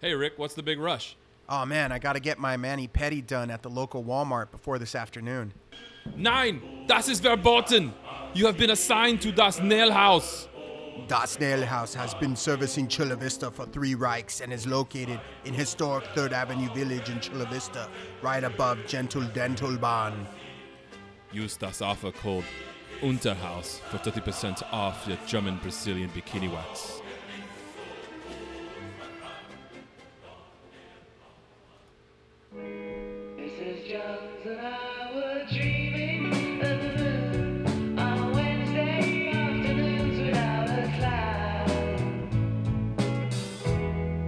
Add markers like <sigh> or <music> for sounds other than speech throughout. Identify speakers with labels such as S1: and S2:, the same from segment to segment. S1: Hey, Rick, what's the big rush?
S2: Oh man, I gotta get my mani pedi done at the local Walmart before this afternoon.
S1: Nein, das ist verboten. You have been assigned to das Nailhaus.
S2: Das Nail House has been servicing Chula Vista for three Reichs and is located in historic Third Avenue Village in Chula Vista, right above Gentle Dental Bahn.
S1: Use das offer code Unterhaus for 30% off your German Brazilian bikini wax.
S3: This is Jones and I were dreaming of the moon on Wednesday afternoons without a cloud,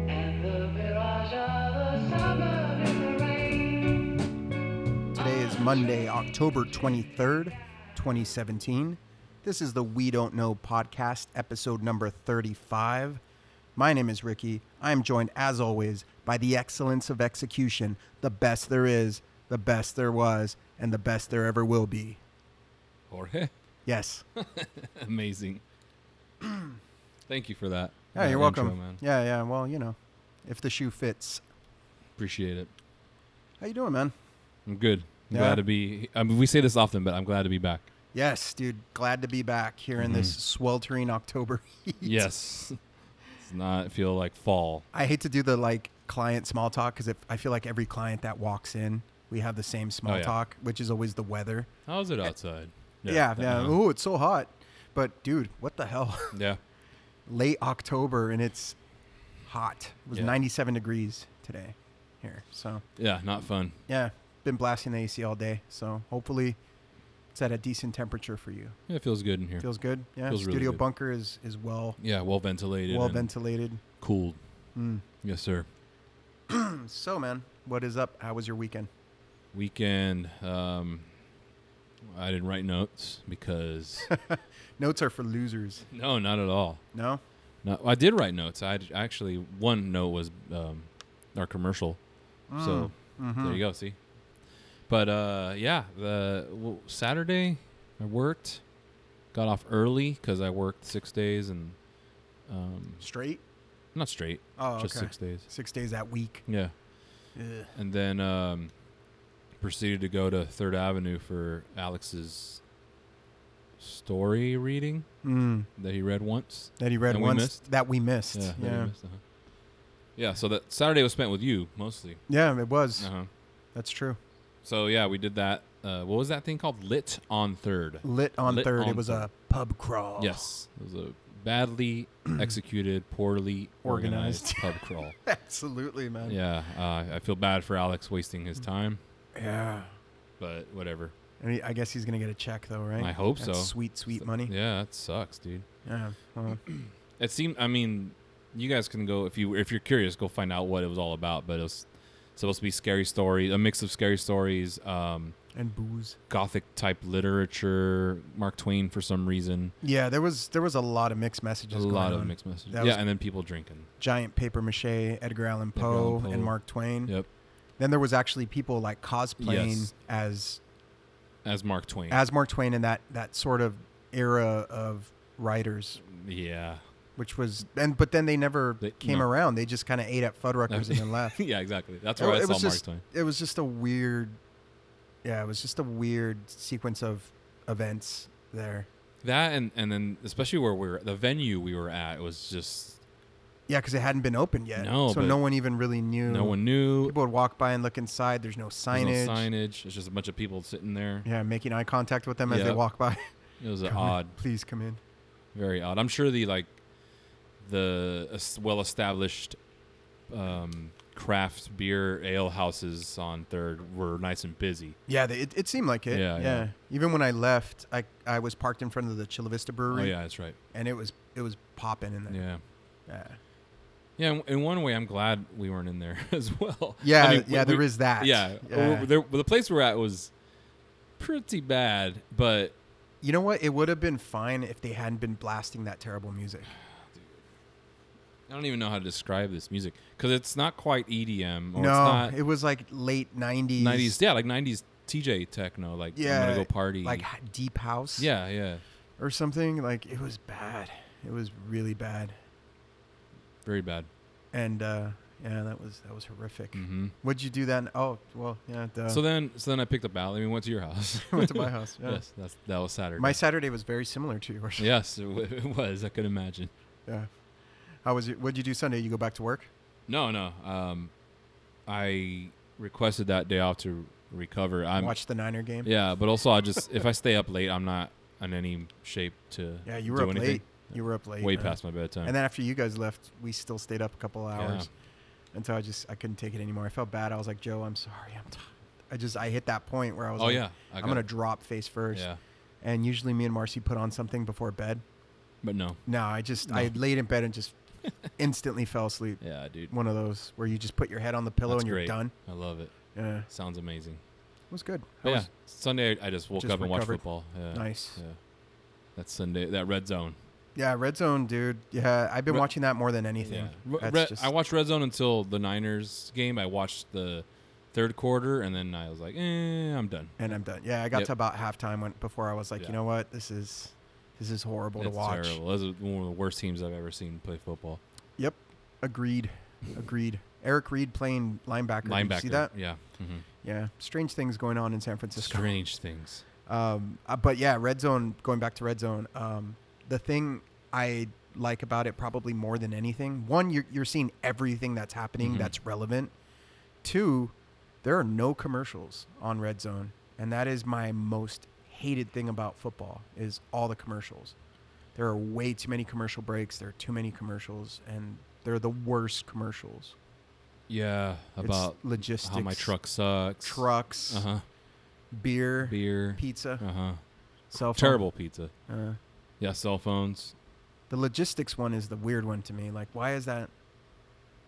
S3: and the mirage of the summer in the rain.
S2: Today is Monday, October 23rd, 2017. This is the We Don't Know podcast, episode number 35. My name is Ricky. I am joined, as always, by the excellence of execution, the best there is, the best there was, and the best there ever will be.
S1: Jorge?
S2: Yes.
S1: Amazing. <clears throat> Thank you for that.
S2: Yeah,
S1: That
S2: you're
S1: intro,
S2: welcome.
S1: man.
S2: Yeah, yeah. Well, you know, if the shoe fits.
S1: Appreciate it.
S2: How you doing, man?
S1: I'm good. I'm
S2: Yeah.
S1: glad to be. I mean, we say this often, but I'm glad to be back.
S2: Yes, dude. Glad to be back here
S1: Mm-hmm.
S2: in this sweltering October <laughs> heat.
S1: Yes. <laughs> Does not feel like fall.
S2: I hate to do the like client small talk because I feel like every client that walks in, we have the same small
S1: Oh, yeah.
S2: talk, which is always the weather.
S1: How's it outside?
S2: Eh, Yeah, yeah.
S1: uh-huh.
S2: Oh, it's so hot. But dude, what the hell? <laughs>
S1: Yeah.
S2: Late October and it's hot. It was
S1: Yeah.
S2: 97 degrees today here. So
S1: Yeah. Not fun.
S2: yeah, been blasting the AC all day. So hopefully it's at a decent temperature for you.
S1: Yeah, it feels good in here.
S2: Feels good. Yeah.
S1: Feels really
S2: Studio
S1: good.
S2: bunker is is well
S1: yeah, well ventilated.
S2: well Hmm.
S1: and
S2: ventilated.
S1: Cooled. Yes, sir.
S2: So man, what is up? How was your weekend?
S1: Weekend. Um, I didn't write notes
S2: <laughs>
S1: because
S2: Notes are for losers.
S1: no, not at all.
S2: No?
S1: No, I did write notes. I d- actually one note was um, our commercial. So
S2: Hmm.
S1: there you go. See, but uh, yeah, the well, Saturday I worked, got off early because I worked six days and um,
S2: Straight?
S1: not straight,
S2: Oh,
S1: just
S2: okay.
S1: six days.
S2: Six days that week.
S1: Yeah,
S2: Ugh.
S1: and then um, proceeded to go to Third Avenue for Alex's story reading
S2: Mm.
S1: that he read once.
S2: That he read
S1: And we
S2: once
S1: missed?
S2: that we missed.
S1: Yeah,
S2: Yeah.
S1: that he
S2: Yeah.
S1: missed, uh-huh. yeah. So that Saturday was spent with you mostly.
S2: it was.
S1: Uh huh.
S2: That's true.
S1: So yeah, we did that. Uh, what was that thing called? Lit on third.
S2: Lit on
S1: Lit
S2: third.
S1: on
S2: it was a
S1: Third.
S2: pub crawl.
S1: Yes, it was a
S2: <clears throat>
S1: badly executed, poorly organized, pub
S2: Organized. <laughs>
S1: crawl.
S2: <laughs> Absolutely, man.
S1: Yeah, uh, I feel bad for Alex wasting his time,
S2: Yeah.
S1: but whatever.
S2: And he, I guess he's gonna get a check though, right?
S1: I hope
S2: That's
S1: so.
S2: Sweet, sweet money. Yeah.
S1: Yeah, that sucks, dude. <clears throat>
S2: well,
S1: It seemed. I mean, you guys can go if you if you're curious, go find out what it was all about. But it was supposed to be scary story, a mix of scary stories, um,
S2: and booze.
S1: gothic type literature, Mark Twain for some reason,
S2: Yeah, there was there was a lot of mixed
S1: a
S2: messages. going
S1: lot of
S2: on.
S1: mixed messages.
S2: That
S1: Yeah,
S2: was-
S1: and then people drinking.
S2: Giant paper mache, Edgar Allan
S1: Edgar Allan
S2: Poe,
S1: Poe.
S2: and Mark Twain.
S1: Yep,
S2: Then there was actually people like cosplaying
S1: Yes.
S2: as
S1: as Mark Twain.
S2: as Mark Twain in that that sort of era of writers,
S1: yeah. <laughs>
S2: which was and but then they never
S1: They-
S2: came
S1: no.
S2: around. They just kind of ate at
S1: <laughs>
S2: Fuddruckers and then left.
S1: yeah, exactly. That's where I
S2: Oh, it
S1: saw
S2: was
S1: Mark
S2: just
S1: Twain.
S2: it was just a weird, yeah, it was just a weird sequence of events there.
S1: That and and then especially where we were the venue we were at was just
S2: Yeah, because it hadn't been opened yet,
S1: No,
S2: so
S1: but
S2: no one even really knew.
S1: no one knew.
S2: People would walk by and look inside. There's no
S1: There's
S2: signage.
S1: no signage. It's just a bunch of people sitting there.
S2: Yeah, making eye contact with them as they
S1: Yep.
S2: walk by.
S1: It was an
S2: Come in.
S1: odd,
S2: <laughs> Please come in.
S1: very odd. I'm sure the like the es- well-established um, craft beer ale houses on Third were nice and busy.
S2: Yeah, they, it, it seemed like it.
S1: Yeah,
S2: Yeah,
S1: yeah.
S2: Even when I left, I I was parked in front of the Chula Vista
S1: Oh
S2: Brewery,
S1: yeah, that's right.
S2: and it was it was popping in there.
S1: Yeah.
S2: Yeah.
S1: Yeah, in- in one way, I'm glad we weren't in there <laughs> as well.
S2: Yeah,
S1: I mean,
S2: yeah, there is that.
S1: Yeah,
S2: Yeah.
S1: we- there- the place we're at was pretty bad, but
S2: You know what? It would have been fine if they hadn't been blasting that terrible music.
S1: I don't even know how to describe this music because it's not quite EDM or
S2: no,
S1: it's
S2: it was like late '90s.
S1: not 90s. Yeah, like 90s TJ techno. Like,
S2: Yeah,
S1: I'm going to go party.
S2: Like h- deep house.
S1: yeah, yeah.
S2: Or something. Like it was bad. It was really bad.
S1: Very bad.
S2: And uh, Yeah, that was that was horrific.
S1: hmm
S2: Would you do that? Oh, well, yeah. Duh.
S1: So then, so then I picked up Allie and we went to your
S2: <laughs>
S1: house. <laughs>
S2: went to my house. Yeah.
S1: yes, that's that was Saturday.
S2: My Saturday was very similar to yours.
S1: yes, it, w- it was. I could imagine.
S2: Yeah. How was it? What'd you do Sunday? You go back to work?
S1: No, no. Um, I requested that day off to recover. I'm
S2: Watch the Niner game?
S1: yeah, but also I just if I stay up late, I'm not in any shape to
S2: Yeah, you were
S1: do
S2: up
S1: anything.
S2: late. You were up late.
S1: way
S2: right?
S1: past my bedtime.
S2: And then after you guys left, we still stayed up a couple hours until I just I couldn't take it anymore. I felt bad. I was like, Joe, I'm sorry. I'm tired. I just I hit that point where I was
S1: oh
S2: like,
S1: yeah, I
S2: I'm
S1: got
S2: gonna
S1: it.
S2: drop face first.
S1: yeah,
S2: And usually me and Marcy put on something before bed.
S1: but no,
S2: No, I just I
S1: No.
S2: laid in bed and just
S1: <laughs>
S2: instantly fell asleep.
S1: yeah, dude,
S2: One of those where you just put your head on the pillow
S1: That's
S2: and you're
S1: great.
S2: done.
S1: I love it.
S2: Yeah, it
S1: Sounds amazing.
S2: was good.
S1: But
S2: I
S1: yeah,
S2: was
S1: Sunday I I just woke
S2: just
S1: up and watched
S2: recovered.
S1: football. Yeah,
S2: nice.
S1: Yeah, that's Sunday. That red zone.
S2: Yeah, Red Zone, dude. Yeah, I've been
S1: Re-
S2: watching that more than anything.
S1: Yeah. Re-
S2: That's
S1: Red-
S2: just-
S1: I watched Red Zone until the Niners game. I watched the third quarter, and then I was like, eh, I'm done.
S2: and I'm done. Yeah, I got
S1: Yep.
S2: to about halftime when before I was like,
S1: Yeah.
S2: you know what, this is this is horrible
S1: it's
S2: to watch.
S1: terrible. Those are one of the worst teams I've ever seen play football.
S2: Yep, agreed, agreed. Eric Reed playing linebacker. Did
S1: Linebacker.
S2: You see that?
S1: Yeah. hmm
S2: Yeah, strange things going on in San Francisco.
S1: Strange things.
S2: Um, uh, but yeah, Red Zone. Going back to Red Zone, um, the thing I like about it probably more than anything, one, you're you're seeing everything that's happening
S1: Mhm.
S2: that's relevant. Two, there are no commercials on Red Zone, and that is my most hated thing about football is all the commercials. There are way too many commercial breaks. There are too many commercials, and they're the worst commercials.
S1: Yeah. About
S2: it's logistics,
S1: how my truck sucks.
S2: trucks,
S1: Uh huh.
S2: beer,
S1: Beer.
S2: pizza,
S1: Uh huh.
S2: cell phone.
S1: Terrible pizza.
S2: Uh,
S1: Yeah. Cell phones.
S2: The logistics one is the weird one to me. Like, why is that?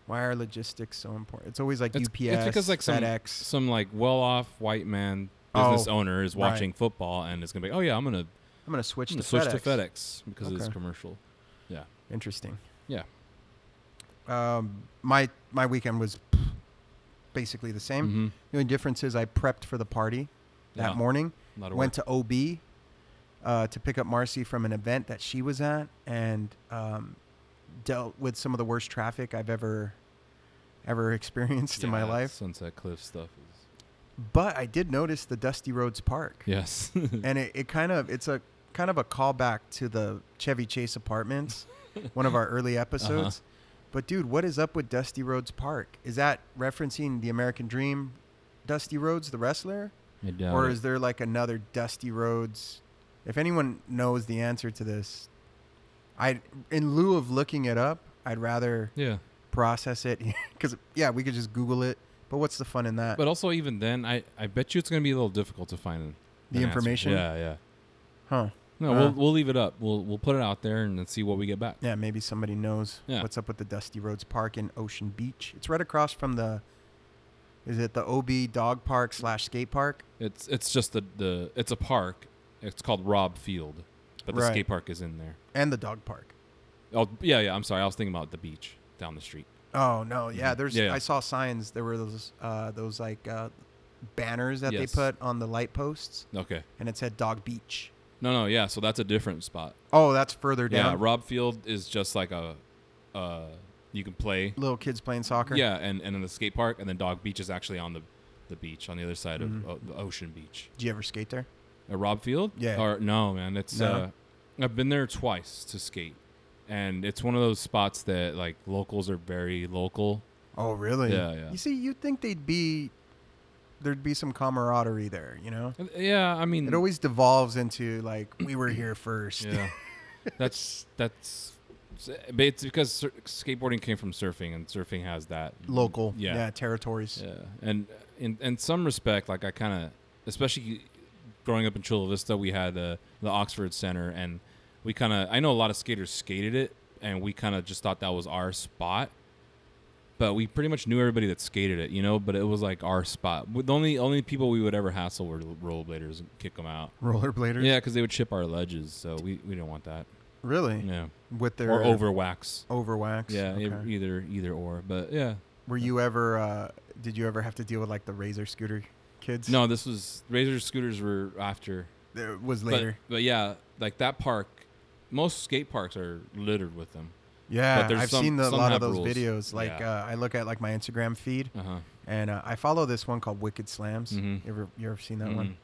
S2: Why are logistics so important? It's always like
S1: It's-
S2: UPS,
S1: it's because, like, some-
S2: FedEx.
S1: Some like well-off white man business
S2: Oh,
S1: owner is
S2: right.
S1: watching football and it's gonna be, oh yeah, I'm gonna, I'm
S2: I'm gonna switch
S1: gonna
S2: to
S1: switch
S2: FedEx.
S1: to FedEx because of this
S2: Okay.
S1: commercial.
S2: Interesting.
S1: Yeah.
S2: Um, my my weekend was basically the same.
S1: Mhm.
S2: The only difference is I prepped for the party that
S1: Mm-hmm. Yeah.
S2: morning.
S1: A lot of
S2: Went
S1: work.
S2: to OB uh, to pick up Marcy from an event that she was at, and um, dealt with some of the worst traffic I've ever ever <laughs> experienced in
S1: Yeah,
S2: my
S1: that
S2: life.
S1: Sunset Cliff stuff. Is,
S2: But I did notice the Dusty Roads Park.
S1: <laughs> <laughs> yes.
S2: and it, it kind of it's a kind of a callback to the Chevy Chase apartments, one of our early episodes. But dude, what is up with Dusty Rhodes Park? Is that referencing the American Dream, Dusty Rhodes the wrestler,
S1: I doubt
S2: or
S1: it.
S2: is there like another Dusty Rhodes? If anyone knows the answer to this, I in lieu of looking it up, I'd rather
S1: yeah.
S2: process it <laughs> because yeah, we could just Google it. But what's the fun in that?
S1: But also, even then, I, I bet you it's going to be a little difficult to find an
S2: The
S1: answer.
S2: information?
S1: Yeah, yeah.
S2: huh?
S1: No,
S2: Uh.
S1: we'll we'll leave it up. We'll we'll put it out there and then see what we get back.
S2: Yeah, maybe somebody knows
S1: Yeah.
S2: what's up with the Dusty Roads Park in Ocean Beach. It's right across from the, is it the OB Dog Park slash Skate Park?
S1: It's it's just the the it's a park. It's called Rob Field, but the
S2: Right.
S1: skate park is in there.
S2: And the Dog Park.
S1: Oh yeah, yeah. I'm sorry. I was thinking about the beach down the street.
S2: Oh no, yeah.
S1: Mhm.
S2: There's
S1: Yeah, yeah.
S2: I saw signs. There were those uh, those like uh, banners that
S1: Yes.
S2: they put on the light posts,
S1: Okay.
S2: and it said Dog Beach.
S1: No, no, yeah. So that's a different spot.
S2: Oh, that's further
S1: Yeah,
S2: down.
S1: Rob Field is just like a, uh, you can play.
S2: Little kids playing soccer.
S1: Yeah, and and then the skate park, and then Dog Beach is actually on the, the beach on the other side
S2: Mm-hmm.
S1: of uh, the Ocean Beach.
S2: Do you ever skate there?
S1: At Rob Field?
S2: Yeah.
S1: Or, no, man. It's
S2: No?
S1: uh, I've been there twice to skate, and it's one of those spots that like locals are very local.
S2: Oh really?
S1: Yeah, yeah.
S2: You see, you'd think they'd be, there'd be some camaraderie there. You know.
S1: And- Yeah, I mean,
S2: It always devolves into like we were here
S1: <laughs>
S2: first.
S1: yeah. that's that's. But it's because sur- skateboarding came from surfing, and surfing has that
S2: local yeah,
S1: Yeah.
S2: territories
S1: Yeah, and in in some respect, like I kind of, especially growing up in Chula Vista, we had the the Oxford Center, and we kind of, I know a lot of skaters skated it, and we kind of just thought that was our spot. But we pretty much knew everybody that skated it, you know. But it was like our spot. The only only people we would ever hassle were rollerbladers and kick them out.
S2: rollerbladers
S1: Yeah, because they would chip our ledges, so we, we don't want that.
S2: really
S1: Yeah,
S2: with their
S1: or over wax.
S2: overwax
S1: Yeah, e-
S2: Okay.
S1: either either or. But yeah,
S2: were you ever uh did you ever have to deal with like the razor scooter kids
S1: no, this was razor scooters were after
S2: it was
S1: But-
S2: later
S1: But, yeah, like that park, most skate parks are littered with them.
S2: Yeah,
S1: there's
S2: I've
S1: some-
S2: seen the, a
S1: some
S2: lot of
S1: have
S2: those
S1: rules.
S2: videos. Like
S1: Yeah.
S2: uh, I look at like my Instagram feed,
S1: Uh huh.
S2: and uh, I follow this one called Wicked Slams.
S1: Mhm.
S2: You ever you ever seen that one?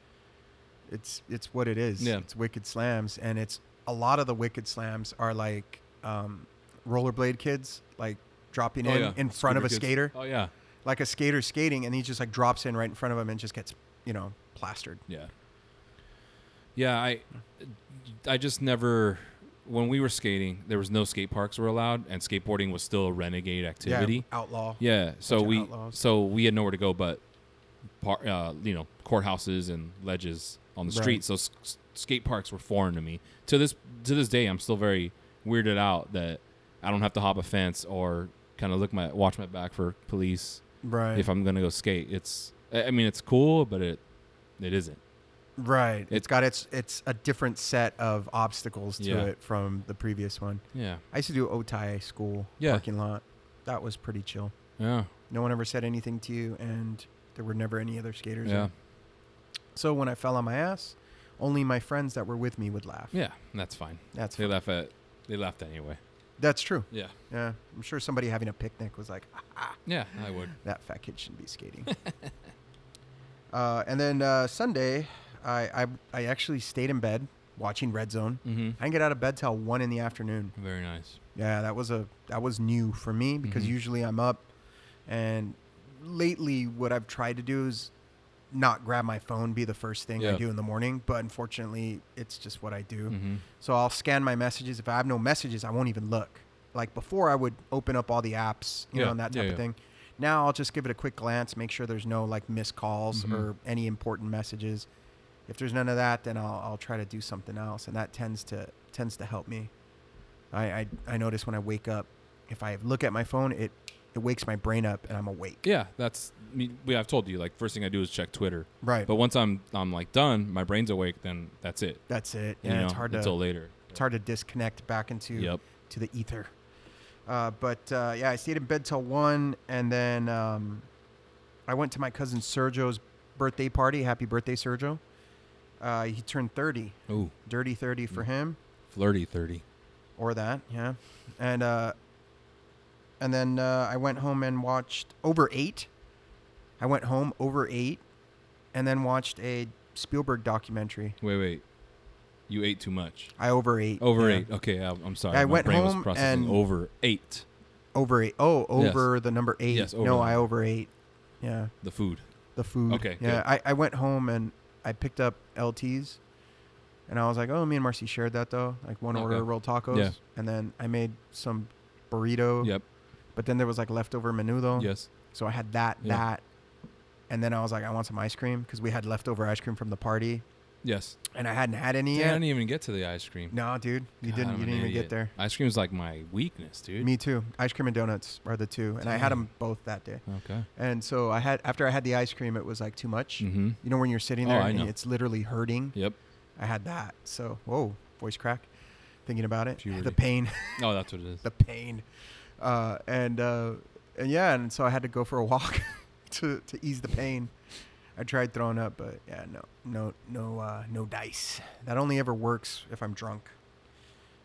S2: It's it's what it is.
S1: Mm-hmm. Yeah.
S2: It's Wicked Slams, and it's a lot of the Wicked Slams are like um, rollerblade kids, like dropping in in front of a skater,
S1: Oh yeah,
S2: like a skater skating, and he just like drops in right in front of him and just gets you know plastered.
S1: yeah, yeah. I, I just never. When we were skating, there was no skate parks were allowed, and skateboarding was still a renegade activity.
S2: Yeah, outlaw.
S1: Yeah, so
S2: Bunch of
S1: we
S2: outlaws.
S1: so we had nowhere to go but par, uh, you know courthouses and ledges on the
S2: Right.
S1: street. So s- s- skate parks were foreign to me. To this to this day, I'm still very weirded out that I don't have to hop a fence or kind of look my watch my back for police
S2: Right.
S1: if I'm gonna go skate. It's I I mean it's cool, but it it isn't.
S2: Right. it's
S1: It-
S2: got its it's a different set of obstacles to
S1: Yeah.
S2: it from the previous one.
S1: Yeah,
S2: I used to do Otai school
S1: Yeah.
S2: parking lot. That was pretty chill.
S1: yeah,
S2: No one ever said anything to you and there were never any other skaters.
S1: yeah,
S2: in. So when I fell on my ass, only my friends that were with me would laugh.
S1: yeah. That's fine.
S2: That's
S1: They laugh at they laughed anyway.
S2: that's true.
S1: Yeah,
S2: Yeah. I'm sure somebody having a picnic was like, "Ah,
S1: yeah. I would.
S2: that fat kid shouldn't be skating. <laughs> uh, and then uh, Sunday, I, I I actually stayed in bed watching Red Zone.
S1: Mm-hmm.
S2: I didn't get out of bed till one in the afternoon.
S1: Very nice.
S2: Yeah, that was a that was new for me because
S1: Mhm.
S2: usually I'm up, and lately what I've tried to do is not grab my phone be the first thing I
S1: Yeah.
S2: do in the morning. But unfortunately, it's just what I do.
S1: Mm-hmm.
S2: So I'll scan my messages. If I have no messages, I won't even look. Like before, I would open up all the apps, you know,
S1: Yeah,
S2: and that
S1: yeah,
S2: type of
S1: yeah.
S2: thing. Now I'll just give it a quick glance, make sure there's no like missed calls
S1: Mhm.
S2: or any important messages. If there's none of that, then I'll, I'll try to do something else, and that tends to tends to help me. I, I I notice when I wake up, if I look at my phone, it it wakes my brain up and I'm awake.
S1: Yeah, that's me. We I've told you like first thing I do is check Twitter.
S2: Right.
S1: But once I'm I'm like done, my brain's awake. Then that's it.
S2: That's it.
S1: You
S2: Yeah,
S1: know,
S2: it's hard to
S1: until later.
S2: it's hard to disconnect back into
S1: Yep.
S2: to the ether. Uh, but uh, yeah, I stayed in bed till one, and then um, I went to my cousin Sergio's birthday party. Happy birthday, Sergio! Uh, he turned thirty,
S1: Ooh,
S2: dirty thirty for him,
S1: flirty thirty.
S2: or that, yeah. And uh, and then uh, I went home and watched over eight. I went home over eight, and then watched a Spielberg documentary.
S1: Wait, wait. You ate too much.
S2: I over ate.
S1: Over
S2: yeah.
S1: eight. Okay, I, I'm sorry.
S2: I
S1: my
S2: went
S1: brain
S2: home
S1: was processing
S2: and-
S1: over eight.
S2: over eight. Oh,
S1: Yes.
S2: over the number eight.
S1: Yes, over
S2: no,
S1: the
S2: I
S1: number.
S2: over eight. Yeah,
S1: The food.
S2: the food.
S1: Okay,
S2: Yeah,
S1: good.
S2: I, I went home and I picked up LTs, and I was like, oh, me and Marcy shared that though, like one
S1: Okay.
S2: order of rolled tacos,
S1: Yeah.
S2: and then I made some burrito.
S1: Yep.
S2: But then there was like leftover menudo.
S1: Yes.
S2: So I had that,
S1: Yeah.
S2: that, and then I was like, I want some ice cream because we had leftover ice cream from the party,
S1: Yes.
S2: and I hadn't had any
S1: Yeah. I
S2: yet.
S1: didn't even get to the ice cream.
S2: no, dude, you
S1: God,
S2: didn't.
S1: I'm
S2: You
S1: an
S2: didn't even
S1: idiot.
S2: get there.
S1: Ice cream's like my weakness, dude.
S2: Me too. Ice cream and donuts are the two, and I had
S1: Dang.
S2: them both that day.
S1: Okay.
S2: And so I had after I had the ice cream, it was like too much.
S1: Mm-hmm.
S2: You know when you're sitting
S1: Oh,
S2: there
S1: I
S2: and
S1: know.
S2: it's literally hurting.
S1: Yep.
S2: I had that. So whoa, voice crack. Thinking about it,
S1: Puberty.
S2: the pain,
S1: Oh, that's what it is.
S2: the pain, uh, and uh, and yeah, and so I had to go for a walk <laughs> to to ease the pain. I tried throwing up, but yeah, no, no, no, uh, no dice. That only ever works if I'm drunk.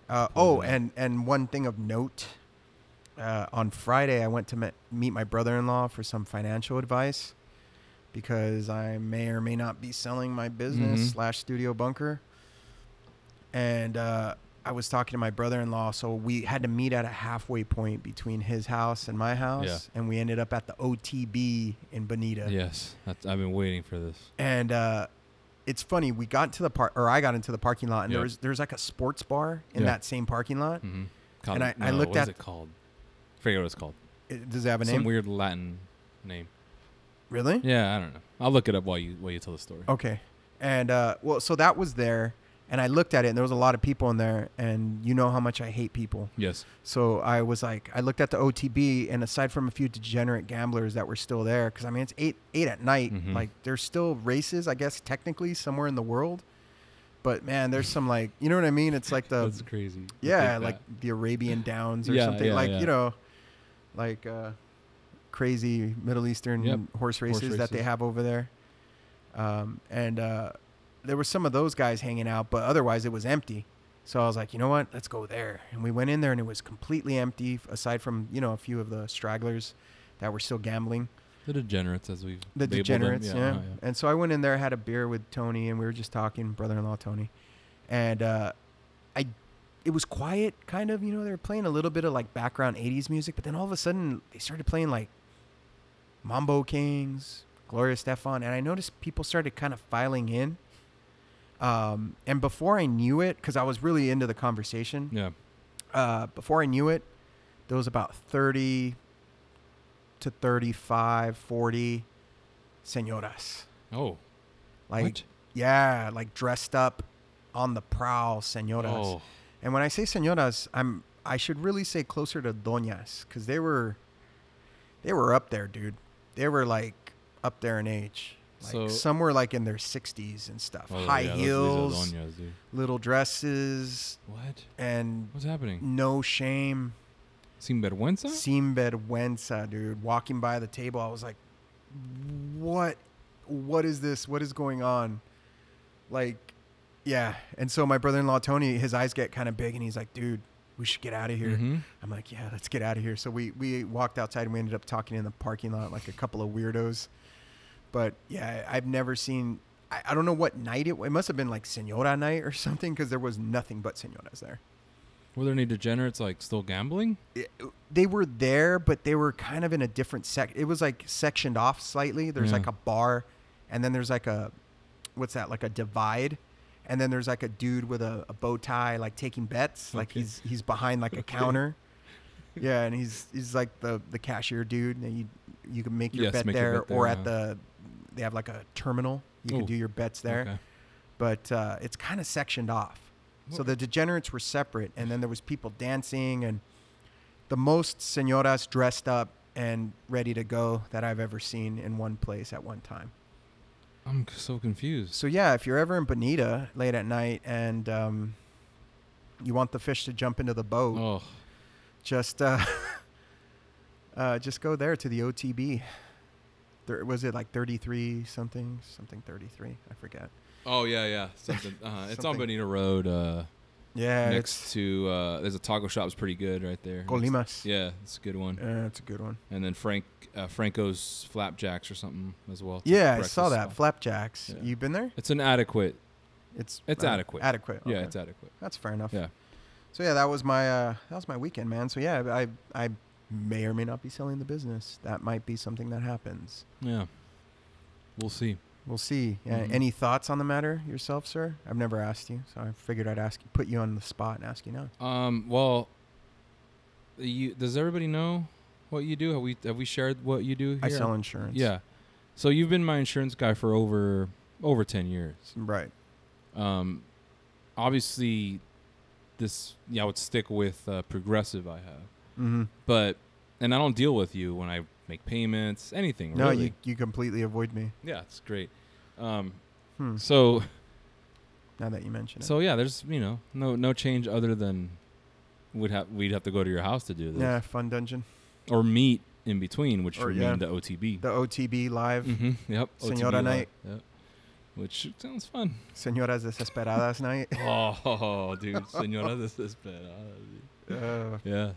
S2: Uh, oh,
S1: Totally.
S2: and and one thing of note. Uh, on Friday, I went to me- meet my brother-in-law for some financial advice because I may or may not be selling my business
S1: Mhm.
S2: slash studio bunker. And uh, I was talking to my brother-in-law, so we had to meet at a halfway point between his house and my house,
S1: Yeah.
S2: and we ended up at the OTB in Bonita.
S1: Yes. That's, I've been waiting for this.
S2: And uh, it's funny, we got into the park, or I got into the parking lot, and there
S1: Yeah.
S2: was there's like a sports bar in
S1: Yeah.
S2: that same parking lot.
S1: Mm-hmm.
S2: And I- I looked
S1: what is
S2: at-
S1: it called? Forget what it's called.
S2: It- does it have a name?
S1: Some weird Latin name.
S2: really?
S1: Yeah, I don't know. I'll look it up while you while you tell the story.
S2: Okay. And uh, well, so that was there, and I looked at it, and there was a lot of people in there, and you know how much I hate people.
S1: Yes.
S2: So I was like, I looked at the OTB, and aside from a few degenerate gamblers that were still there, because I mean it's eight eight at night,
S1: Mhm.
S2: like there's still races, I guess technically somewhere in the world, but man, there's some like, you know what I mean? It's like
S1: <laughs>
S2: the
S1: That's crazy. to
S2: Uh, yeah,
S1: think
S2: like the Arabian Downs or
S1: Yeah,
S2: something,
S1: yeah,
S2: like
S1: yeah.
S2: you know, like uh, crazy Middle Eastern
S1: Yep.
S2: horse, races that they
S1: races.
S2: have over there. Um, and uh, there were some of those guys hanging out, but otherwise it was empty. So I was like, you know what? Let's go there. And we went in there and it was completely empty f- aside from, you know, a few of the stragglers that were still gambling.
S1: The degenerates, as we've
S2: The
S1: labeled them.
S2: degenerates, yeah.
S1: uh-huh,
S2: And so I went in there, had a beer with Tony, and we were just talking, brother-in-law Tony, and uh, I, it was quiet, kind of. You know, they were playing a little bit of like background '80s music, but then all of a sudden they started playing like Mambo Kings, Gloria Stefan, and I noticed people started kind of filing in. Um, and before I knew it, because I was really into the conversation,
S1: yeah.
S2: uh, before I knew it, there was about 30 to 35, 40 senoras.
S1: Yeah. Oh.
S2: Like,
S1: What?
S2: yeah, like dressed up on the prowl, senoras.
S1: Oh.
S2: And when I say senoras, I'm I should really say closer to doñas because they were they were up there, dude. They were like up there in age. Like
S1: So-
S2: some were like in their 60s and stuff.
S1: Oh,
S2: High
S1: yeah, those- these are
S2: heels,
S1: doñas, dude.
S2: little dresses,
S1: What?
S2: and
S1: What's happening?
S2: no shame.
S1: Sin vergüenza?
S2: Sin vergüenza, dude. Walking by the table, I was like, "What? What is this? What is going on?" Like, yeah. And so my brother-in-law Tony, his eyes get kind of big, and he's like, "Dude, we should get out of here."
S1: Mhm.
S2: I'm like, "Yeah, let's get out of here." So we we walked outside, and we ended up talking in the parking lot like a couple of weirdos. But yeah, I- I've never seen. I, I don't know what night it. It must have been like Senora night or something, because there was nothing but Senoras there.
S1: Were there any degenerates like still gambling?
S2: it- they were there, but they were kind of in a different sec. It was like sectioned off slightly. There's
S1: Yeah.
S2: like a bar, and then there's like a, what's that? Like a divide, and then there's like a dude with a, a bow tie, like taking bets. Like
S1: Okay.
S2: he's he's behind like a counter. Yeah, and he's he's like the the cashier dude. And you you can make your
S1: Yes,
S2: bet
S1: make
S2: there,
S1: your bet there,
S2: or
S1: yeah.
S2: at the they have like a terminal.
S1: Ooh.
S2: You can do your bets there,
S1: Okay.
S2: but uh, it's kind of sectioned off. So
S1: What-
S2: the degenerates were separate, and then there was people dancing and the most senoras dressed up and ready to go that I've ever seen in one place at one time.
S1: I'm c- so confused.
S2: So yeah, if you're ever in Bonita late at night and um, you want the fish to jump into the boat,
S1: Oh,
S2: just uh, <laughs> uh, just go there to the OTB. There, was it like 33 something, something 33? I forget.
S1: oh yeah,
S2: <laughs>
S1: yeah. Something. Uh, it's on
S2: Something.
S1: Bonita Road. Uh,
S2: Yeah,
S1: next to uh, there's a taco shop. It's pretty good right there.
S2: it's Colimas.
S1: Yeah, it's a good one.
S2: Uh, that's a good one.
S1: And then Frank uh, Franco's flapjacks or something as well. It's a
S2: Yeah, I
S1: breakfast
S2: saw that.
S1: spot.
S2: Flapjacks.
S1: Yeah.
S2: You've been there?
S1: it's an adequate.
S2: It's
S1: It's
S2: uh,
S1: adequate.
S2: Adequate.
S1: Yeah,
S2: okay.
S1: it's adequate.
S2: That's fair enough.
S1: Yeah.
S2: So yeah, that was my uh, that was my weekend, man. So yeah, I I may or may not be selling the business. That might be something that happens.
S1: Yeah. We'll see.
S2: We'll see. Yeah,
S1: Mhm.
S2: Any thoughts on the matter yourself, sir? I've never asked you, so I figured I'd ask put you on the spot and ask you now.
S1: Um. Well, you does everybody know what you do? Have we have we shared what you do? Here?
S2: I sell insurance.
S1: Yeah. So you've been my insurance guy for over over ten years.
S2: Right.
S1: Um, obviously, this yeah I would stick with uh, Progressive. I have,
S2: Mm-hmm.
S1: but and I don't deal with you when I make payments, anything.
S2: No,
S1: really.
S2: you you completely avoid me.
S1: Yeah, it's great. Um,
S2: Hmm.
S1: so
S2: Now that you mention it.
S1: so yeah, there's you know no no change other than would have we'd have to go to your house to do this
S2: yeah, fun dungeon.
S1: or meet in between, which
S2: Or,
S1: would
S2: yeah.
S1: mean the OTB.
S2: The OTB live.
S1: hmm Yep.
S2: Senora
S1: OTB live.
S2: night.
S1: Yep. Which sounds fun. <laughs>
S2: Señoras desesperadas <laughs> night.
S1: oh, dude, Senora Desesperada.
S2: Uh,
S1: Yeah.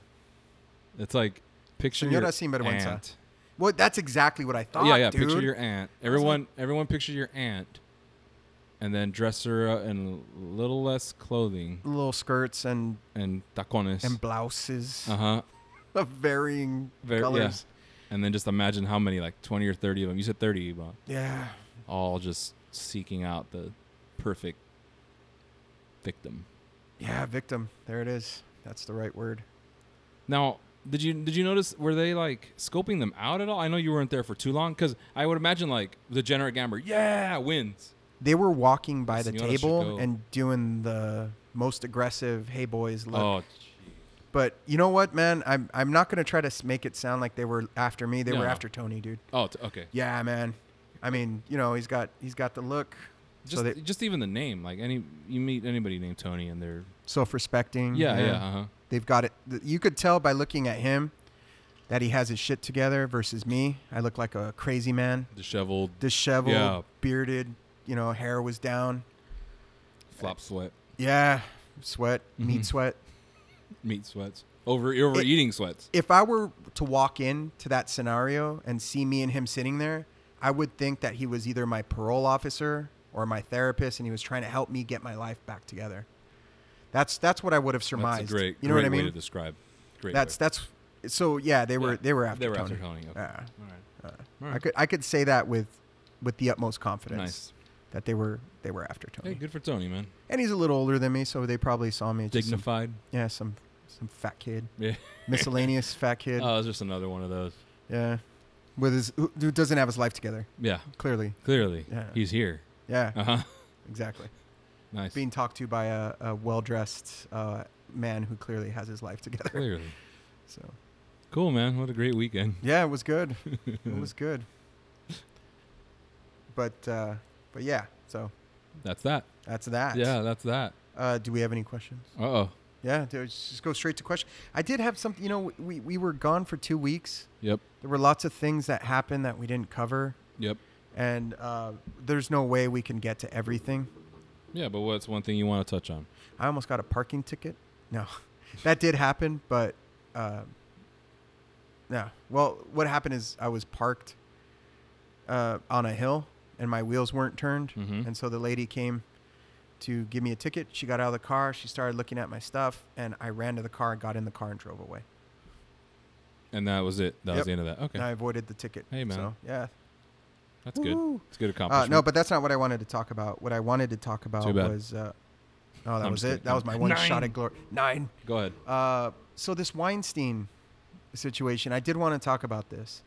S1: It's like picture
S2: Senora
S1: your
S2: sinvergüenza.
S1: aunt.
S2: well, that's exactly what I thought.
S1: yeah, yeah.
S2: Dude.
S1: Picture your aunt. Everyone, everyone, picture your aunt, and then dress her uh, in a little less clothing
S2: little skirts and
S1: and tacones.
S2: and blouses
S1: uh huh.
S2: <laughs> of varying
S1: Ver-
S2: colors.
S1: And then just imagine how many, like twenty or thirty of them. You said thirty, but
S2: Yeah.
S1: all just seeking out the perfect victim.
S2: Yeah, victim. There it is. That's the right word.
S1: Now, did you did you notice were they like scoping them out at all? I know you weren't there for too long because I would imagine like the Generate Gambler, yeah, wins.
S2: They were walking by the
S1: Senora should
S2: table
S1: go.
S2: and doing the most aggressive "Hey boys" look.
S1: Oh,
S2: But you know what, man? I'm I'm not gonna try to s- make it sound like they were after me. They
S1: No,
S2: were
S1: no.
S2: after Tony, dude.
S1: oh, t- okay.
S2: Yeah, man. I mean, you know, he's got he's got the look,
S1: Just
S2: so they
S1: just even the name, like any you meet anybody named Tony and they're
S2: self-respecting.
S1: yeah
S2: you
S1: yeah,
S2: know?
S1: uh-huh.
S2: They've got it. th- You could tell by looking at him that he has his shit together versus me. I look like a crazy man.
S1: disheveled
S2: disheveled,
S1: Yeah.
S2: bearded, you know, hair was down.
S1: flop sweat.
S2: Yeah, sweat,
S1: Mm-hmm.
S2: meat sweat.
S1: Meat sweats. Over overeating sweats.
S2: If I were to walk in to that scenario and see me and him sitting there, I would think that he was either my parole officer or my therapist, and he was trying to help me get my life back together. That's that's what I would have surmised.
S1: That's a great,
S2: you know
S1: great
S2: what I mean?
S1: way to describe. Great
S2: that's
S1: way.
S2: that's so yeah. They were
S1: Yeah,
S2: they were after
S1: they were
S2: Tony.
S1: after Tony. Okay.
S2: Yeah.
S1: All right.
S2: I could I could say that with with the utmost confidence
S1: Hmm. Nice.
S2: that they were they were after
S1: Hey,
S2: Tony.
S1: good for Tony, man.
S2: and he's a little older than me, so they probably saw me. as just some-
S1: Dignified.
S2: yeah, some some fat kid,
S1: Yeah. <laughs>
S2: miscellaneous fat kid.
S1: Oh, it's just another one of those.
S2: Yeah, with his who, who doesn't have his life together.
S1: Yeah.
S2: Clearly,
S1: Clearly,
S2: Yeah.
S1: he's here.
S2: yeah,
S1: Uh huh.
S2: exactly.
S1: Nice.
S2: Being talked to by a, a well dressed uh, man who clearly has his life together. <laughs>
S1: Clearly.
S2: So
S1: Cool, man. What a great weekend.
S2: yeah, it was good.
S1: <laughs>
S2: it was good. But uh, but yeah, so
S1: That's that.
S2: that's that.
S1: Yeah, that's that.
S2: Uh, do we have any questions?
S1: Uh oh.
S2: Yeah, dude, let's just go straight to question. I did have something. You know, we we were gone for two weeks.
S1: Yep.
S2: There were lots of things that happened that we didn't cover,
S1: Yep.
S2: and uh, there's no way we can get to everything.
S1: Yeah, but what's one thing you want to touch on?
S2: I almost got a parking ticket. No, <laughs> that did happen, but uh, no. Well, what happened is I was parked uh, on a hill and my wheels weren't turned,
S1: Mhm.
S2: and so the lady came to give me a ticket. She got out of the car, she started looking at my stuff, and I ran to the car, got in the car, and drove away.
S1: And that was it. That was
S2: Yep.
S1: the end of that. Okay.
S2: And I avoided the ticket.
S1: Hey, man.
S2: So, yeah.
S1: That's good.
S2: Woo.
S1: It's a good
S2: Uh,
S1: accomplishment.
S2: no, but that's not what I wanted to talk about. What I wanted to talk about
S1: Too bad.
S2: was. Uh, oh, that
S1: I'm
S2: was
S1: just
S2: it.
S1: kidding.
S2: That was my one shot
S1: Nine.
S2: at glory. Nine.
S1: Go ahead.
S2: Uh, so this Weinstein situation, I did want to talk about this.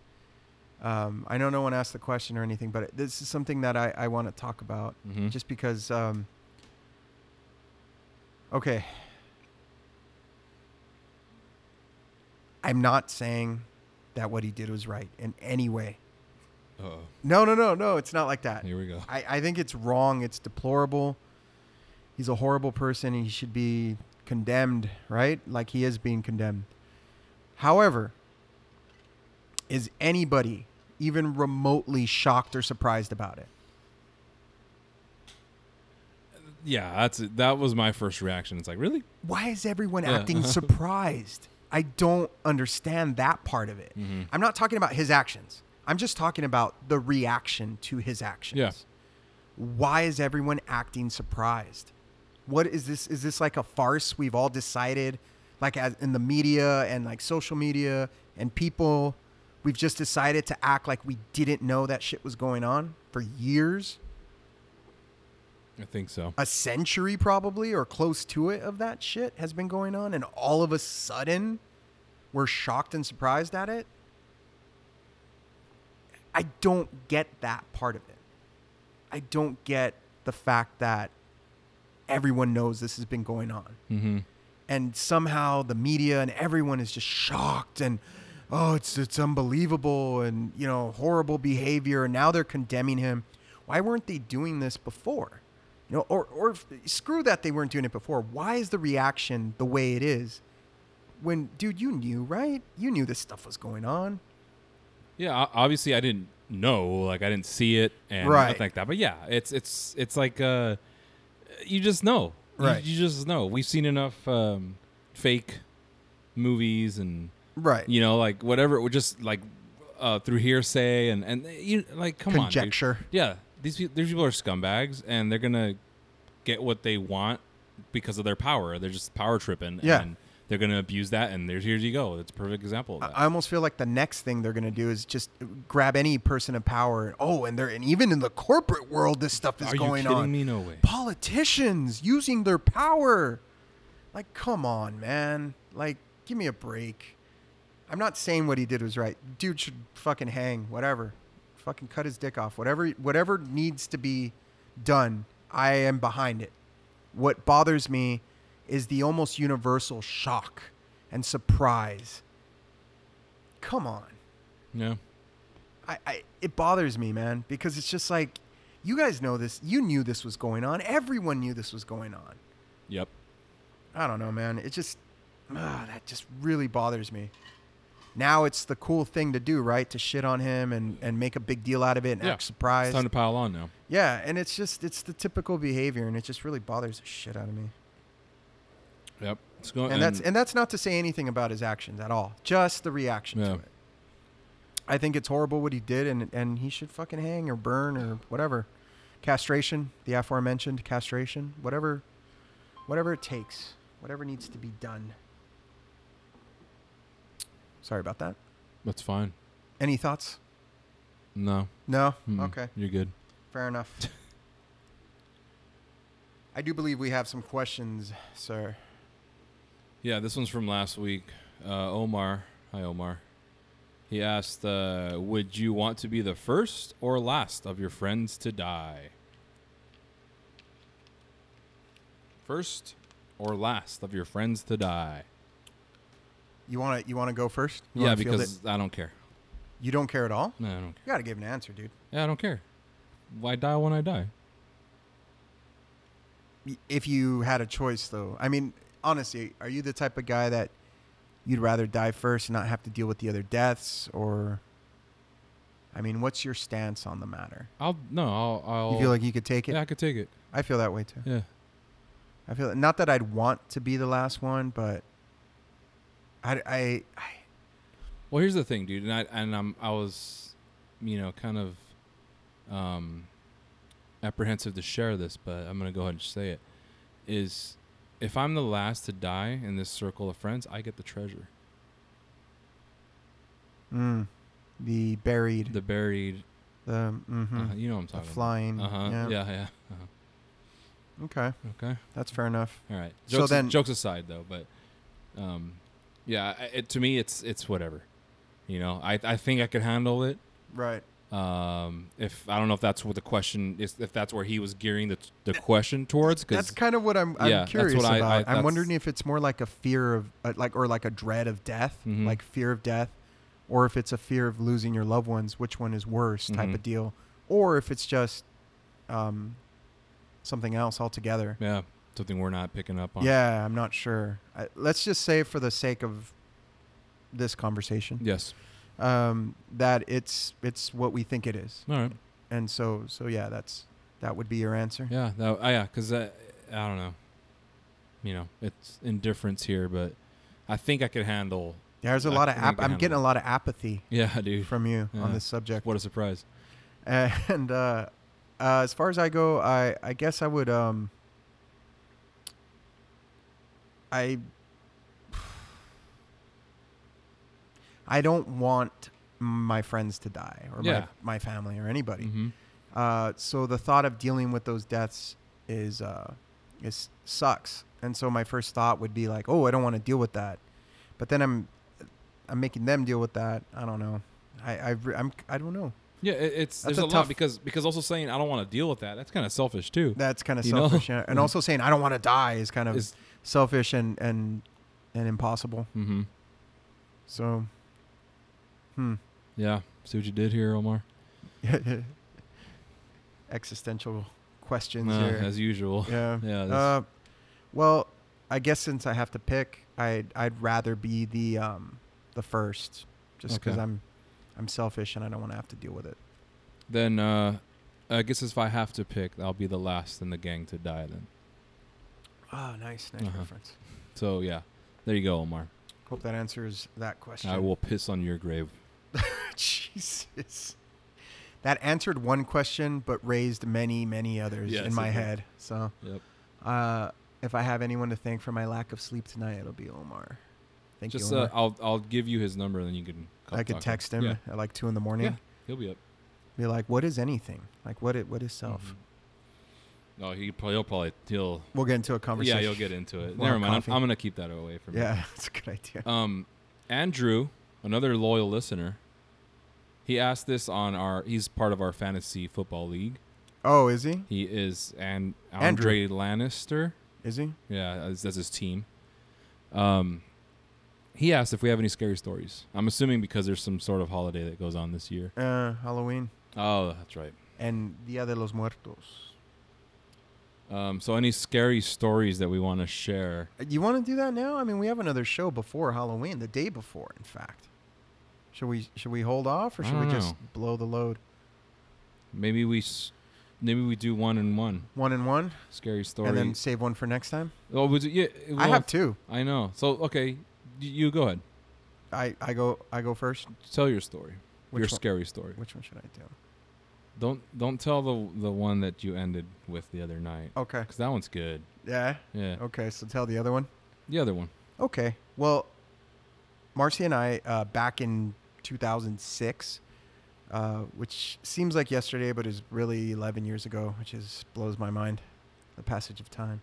S2: Um, I know no one asked the question or anything, but this is something that I, I want to talk about
S1: Mhm.
S2: just because. Um, okay. I'm not saying that what he did was right in any way.
S1: Oh,
S2: No, no, no, no. It's not like that.
S1: here we go.
S2: I, I think it's wrong. It's deplorable. He's a horrible person. and He should be condemned, right? Like he is being condemned. However, is anybody even remotely shocked or surprised about it?
S1: Yeah, that's it. that was my first reaction. It's like, really?
S2: Why is everyone
S1: Yeah. <laughs>
S2: acting surprised? I don't understand that part of it.
S1: Mm-hmm.
S2: I'm not talking about his actions. I'm just talking about the reaction to his actions.
S1: Yeah.
S2: why is everyone acting surprised? What is this? Is this like a farce we've all decided, like as in the media and like social media and people, we've just decided to act like we didn't know that shit was going on for years,
S1: I think so.
S2: a century probably, or close to it of that shit has been going on, and all of a sudden we're shocked and surprised at it. I don't get that part of it. I don't get the fact that everyone knows this has been going on.
S1: Mm-hmm.
S2: And somehow the media and everyone is just shocked and oh, it's it's unbelievable and you know, horrible behavior and now they're condemning him. Why weren't they doing this before? You know, or or if- screw that they weren't doing it before. Why is the reaction the way it is? When dude, you knew, right? You knew this stuff was going on.
S1: Yeah, o- obviously I didn't know, like I didn't see it and
S2: Right.
S1: nothing like that. But yeah, it's it's it's like uh, you just know, You-
S2: Right.
S1: You, just know. We've seen enough um, fake movies and
S2: Right.
S1: you know like whatever. We're just like uh, through hearsay and and you like come on,
S2: Conjecture.
S1: dude. Yeah, these people, these people are scumbags and they're gonna get what they want because of their power. They're just power tripping.
S2: Yeah.
S1: And they're gonna abuse that, and there's here you go. That's a perfect example of that.
S2: I almost feel like the next thing they're going to do is just grab any person of power. Oh, and they're and even in the corporate world, this stuff is
S1: Are you
S2: going
S1: kidding
S2: on.
S1: me? No way.
S2: Politicians using their power. Like, come on, man. Like, give me a break. I'm not saying what he did was right. Dude should fucking hang, whatever. Fucking cut his dick off. Whatever whatever needs to be done, I am behind it. What bothers me is the almost universal shock and surprise. Come on.
S1: yeah.
S2: I, I it bothers me, man, because it's just like you guys know this. You knew this was going on. Everyone knew this was going on.
S1: Yep.
S2: I don't know, man. It just ah, that just really bothers me. Now it's the cool thing to do, right? To shit on him and, and make a big deal out of it and act surprised.
S1: It's time to pile on now.
S2: yeah, and it's just it's the typical behavior, and it just really bothers the shit out of me.
S1: Yep. It's going,
S2: and, that's and that's not to say anything about his actions at all. Just the reaction
S1: Yeah.
S2: to it. I think it's horrible what he did, and and he should fucking hang or burn or whatever. Castration, the aforementioned castration, whatever, whatever it takes, whatever needs to be done. Sorry about that.
S1: that's fine.
S2: Any thoughts?
S1: No.
S2: No.
S1: Mm-mm.
S2: Okay.
S1: You're good.
S2: Fair enough. <laughs> I do believe we have some questions, sir.
S1: Yeah, this one's from last week. Uh, Omar. Hi, Omar. He asked, uh, would you want to be the first or last of your friends to die? First or last of your friends to die?
S2: You want to you want to go first? You
S1: yeah,
S2: wanna field
S1: because
S2: it?
S1: I don't care.
S2: you don't care at all.
S1: No, I don't care.
S2: You got to give an answer, dude.
S1: Yeah, I don't care. Why die when I die?
S2: Y- If you had a choice, though, I mean, honestly, are you the type of guy that you'd rather die first and not have to deal with the other deaths, or I mean, what's your stance on the matter?
S1: I'll no. I'll. I'll
S2: You feel like you could take it?
S1: Oh. yeah, I could take it.
S2: I feel that way too.
S1: Yeah.
S2: I feel not that I'd want to be the last one, but I, I, I
S1: Well, here's the thing, dude, and I and I'm I was, you know, kind of, um, apprehensive to share this, but I'm gonna go ahead and say it. Is if I'm the last to die in this circle of friends, I get the treasure,
S2: mm, the buried,
S1: the buried.
S2: the, hmm
S1: uh, you know what I'm
S2: the
S1: talking.
S2: flying.
S1: About. Uh huh. Yeah.
S2: yeah.
S1: Yeah. Uh-huh.
S2: Okay,
S1: Okay.
S2: that's fair enough.
S1: All right.
S2: So
S1: Jokes,
S2: then-
S1: jokes aside, though, but um, yeah, I- it, to me, it's it's whatever. You know, I I think I could handle it.
S2: Right.
S1: Um, if I don't know if that's what the question is, if that's where he was gearing the the question towards,
S2: That's
S1: because
S2: kind of what I'm, I'm
S1: yeah, that's
S2: curious
S1: what I- I-
S2: about. I,
S1: that's-
S2: am wondering if it's more like a fear of, uh, like, or like a dread of death,
S1: Mhm.
S2: like fear of death, or if it's a fear of losing your loved ones, which one is worse type
S1: Mhm.
S2: of deal, or if it's just um, something else altogether.
S1: yeah, something we're not picking up on.
S2: Yeah, I'm not sure. I, let's just say, for the sake of this conversation,
S1: Yes.
S2: um, that it's it's what we think it is,
S1: All right.
S2: and so so yeah, that's that would be your answer.
S1: Yeah. That, uh, yeah. Because I, I don't know. You know, it's indifference here, but I think I could handle. <laughs>
S2: There's a
S1: I
S2: lot of
S1: think
S2: ap-
S1: I
S2: I'm getting
S1: handle
S2: a lot of apathy
S1: Yeah, dude.
S2: from you
S1: Yeah.
S2: on this subject. <laughs>
S1: What a surprise.
S2: And uh, uh, as far as I go, I, I guess I would um I <sighs> I don't want my friends to die or
S1: Yeah.
S2: my, my family or anybody.
S1: hmm
S2: Uh, so the thought of dealing with those deaths is uh, is sucks. And so my first thought would be like, oh, I don't want to deal with that. But then I'm I'm making them deal with that. I don't know. I I re- I'm I don't know.
S1: Yeah, it, it's
S2: That's
S1: there's
S2: a
S1: a,
S2: tough-
S1: lot because because also saying I don't want to deal with that. That's kind of selfish too.
S2: That's kind of
S1: You know?
S2: selfish. And- And also saying I don't want to die is kind of
S1: Is-
S2: selfish and and and impossible.
S1: mm-hmm.
S2: So, hmm. <laughs>
S1: Yeah. See what you did here, Omar.
S2: Existential questions
S1: Uh,
S2: here.
S1: as usual.
S2: Yeah.
S1: <laughs> Yeah, this-
S2: Uh, well, I guess since I have to pick, I'd I'd rather be the um the first, just because
S1: Okay.
S2: I'm I'm selfish and I don't want to have to deal with it.
S1: Then uh, I guess if I have to pick, I'll be the last in the gang to die. Then.
S2: Oh, nice, nice
S1: Uh-huh.
S2: reference.
S1: So yeah, there you go, Omar.
S2: Hope that answers that question.
S1: I will piss on your grave.
S2: <laughs> Jesus. That answered one question, but raised many, many others
S1: Yes,
S2: in my
S1: it did.
S2: head. So,
S1: Yep.
S2: uh, if I have anyone to thank for my lack of sleep tonight, it'll be Omar. Thank
S1: Just
S2: you,
S1: uh,
S2: Omar.
S1: I'll I'll give you his number, and then you can. come
S2: I could
S1: talk to
S2: text him
S1: Yeah.
S2: at like two in the morning.
S1: Yeah. He'll be up.
S2: Be like, "What is anything? Like, what? It, what is self?"
S1: Mhm. No, he probably he'll probably he'll
S2: We'll get into a conversation.
S1: yeah you'll get into it.
S2: We'll have
S1: Never mind.
S2: coffee.
S1: I'm, I'm gonna keep that away from you.
S2: <laughs> Yeah, that's a good idea.
S1: Um, Andrew, another loyal listener, he asked this on our. He's part of our fantasy football league.
S2: Oh, is he?
S1: He is and
S2: Andrew.
S1: Andre Lannister.
S2: Is he?
S1: Yeah, that's, that's his team. Um, he asked if we have any scary stories. I'm assuming because there's some sort of holiday that goes on this year.
S2: Uh, Halloween
S1: Oh, that's right.
S2: and Dia de los Muertos.
S1: Um, so any scary stories that we want to share?
S2: Uh, You want to do that now? I mean, we have another show before Halloween, the day before, in fact. Should we should we hold off or
S1: I
S2: should we
S1: don't
S2: just
S1: know.
S2: blow the load?
S1: Maybe we s- maybe we do one and one
S2: One and one,
S1: scary story.
S2: and then save one for next time.
S1: oh, was it, yeah, well,
S2: I have two.
S1: I know. So okay, you, you go ahead.
S2: I, I go I go first.
S1: Tell your story.
S2: Which
S1: your
S2: one?
S1: scary story.
S2: Which one should I do?
S1: Don't don't tell the the one that you ended with the other night.
S2: Okay.
S1: Cause that one's good.
S2: Yeah.
S1: Yeah.
S2: Okay. So tell the other one.
S1: The other one.
S2: Okay. Well, Marcy and I, uh, back in 2006, uh, which seems like yesterday, but is really 11 years ago, which is blows my mind, the passage of time.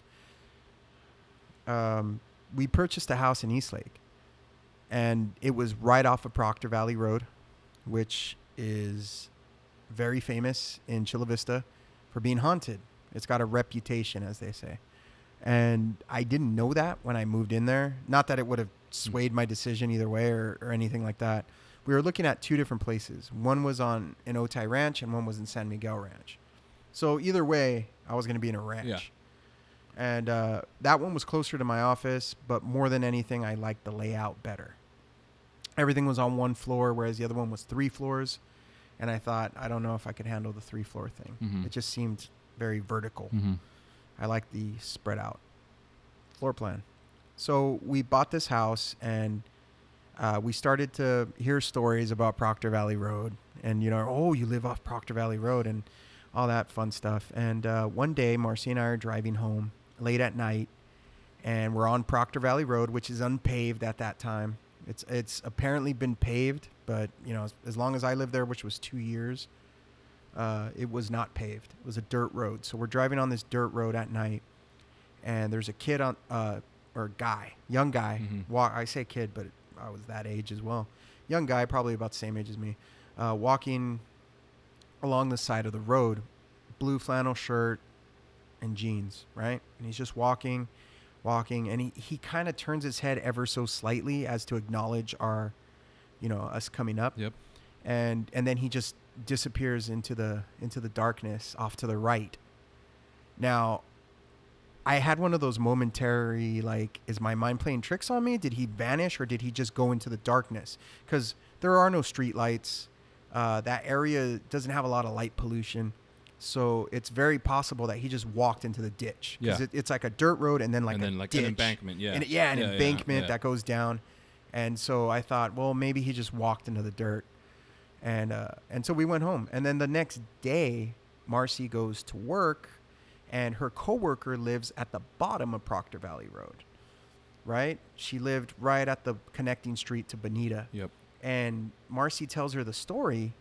S2: Um, we purchased a house in Eastlake, and it was right off of Proctor Valley Road, which is very famous in Chula Vista for being haunted. It's got a reputation, as they say. And I didn't know that when I moved in there. Not that it would have swayed my decision either way or, or anything like that. We were looking at two different places. One was on an Otay Ranch and one was in San Miguel Ranch. So either way, I was going to be in a ranch.
S1: Yeah.
S2: And uh, that one was closer to my office, but more than anything, I liked the layout better. Everything was on one floor, whereas the other one was three floors. And I thought, I don't know if I could handle the three floor thing.
S1: Mhm.
S2: It just seemed very vertical.
S1: Mm-hmm.
S2: I like the spread out floor plan. So we bought this house and uh, we started to hear stories about Proctor Valley Road and, you know, oh, you live off Proctor Valley Road and all that fun stuff. And uh, one day, Marcy and I are driving home late at night and we're on Proctor Valley Road, which is unpaved at that time. It's, it's apparently been paved, but, you know, as, as long as I lived there, which was two years, uh, it was not paved. It was a dirt road. So we're driving on this dirt road at night, and there's a kid on, uh, or a guy, young guy.
S1: Mhm.
S2: Wa- I say kid, but I was that age as well. Young guy, probably about the same age as me, uh, walking along the side of the road, blue flannel shirt and jeans, right? And he's just walking, walking, and he, he kind of turns his head ever so slightly as to acknowledge our, you know, us coming up
S1: Yep.
S2: and and then he just disappears into the into the darkness off to the right. Now, I had one of those momentary like, is my mind playing tricks on me? Did he vanish or did he just go into the darkness? Because there are no street lights. Uh, that area doesn't have a lot of light pollution. So it's very possible that he just walked into the ditch because
S1: Yeah.
S2: it, it's like a dirt road and then like
S1: and
S2: a
S1: then like
S2: ditch.
S1: an embankment. Yeah.
S2: And, yeah, an
S1: yeah,
S2: embankment
S1: yeah.
S2: that goes down. And so I thought, well, maybe he just walked into the dirt. And uh, and so we went home. And then the next day, Marcy goes to work, and her coworker lives at the bottom of Proctor Valley Road. Right? She lived right at the connecting street to Bonita.
S1: Yep.
S2: And Marcy tells her the story,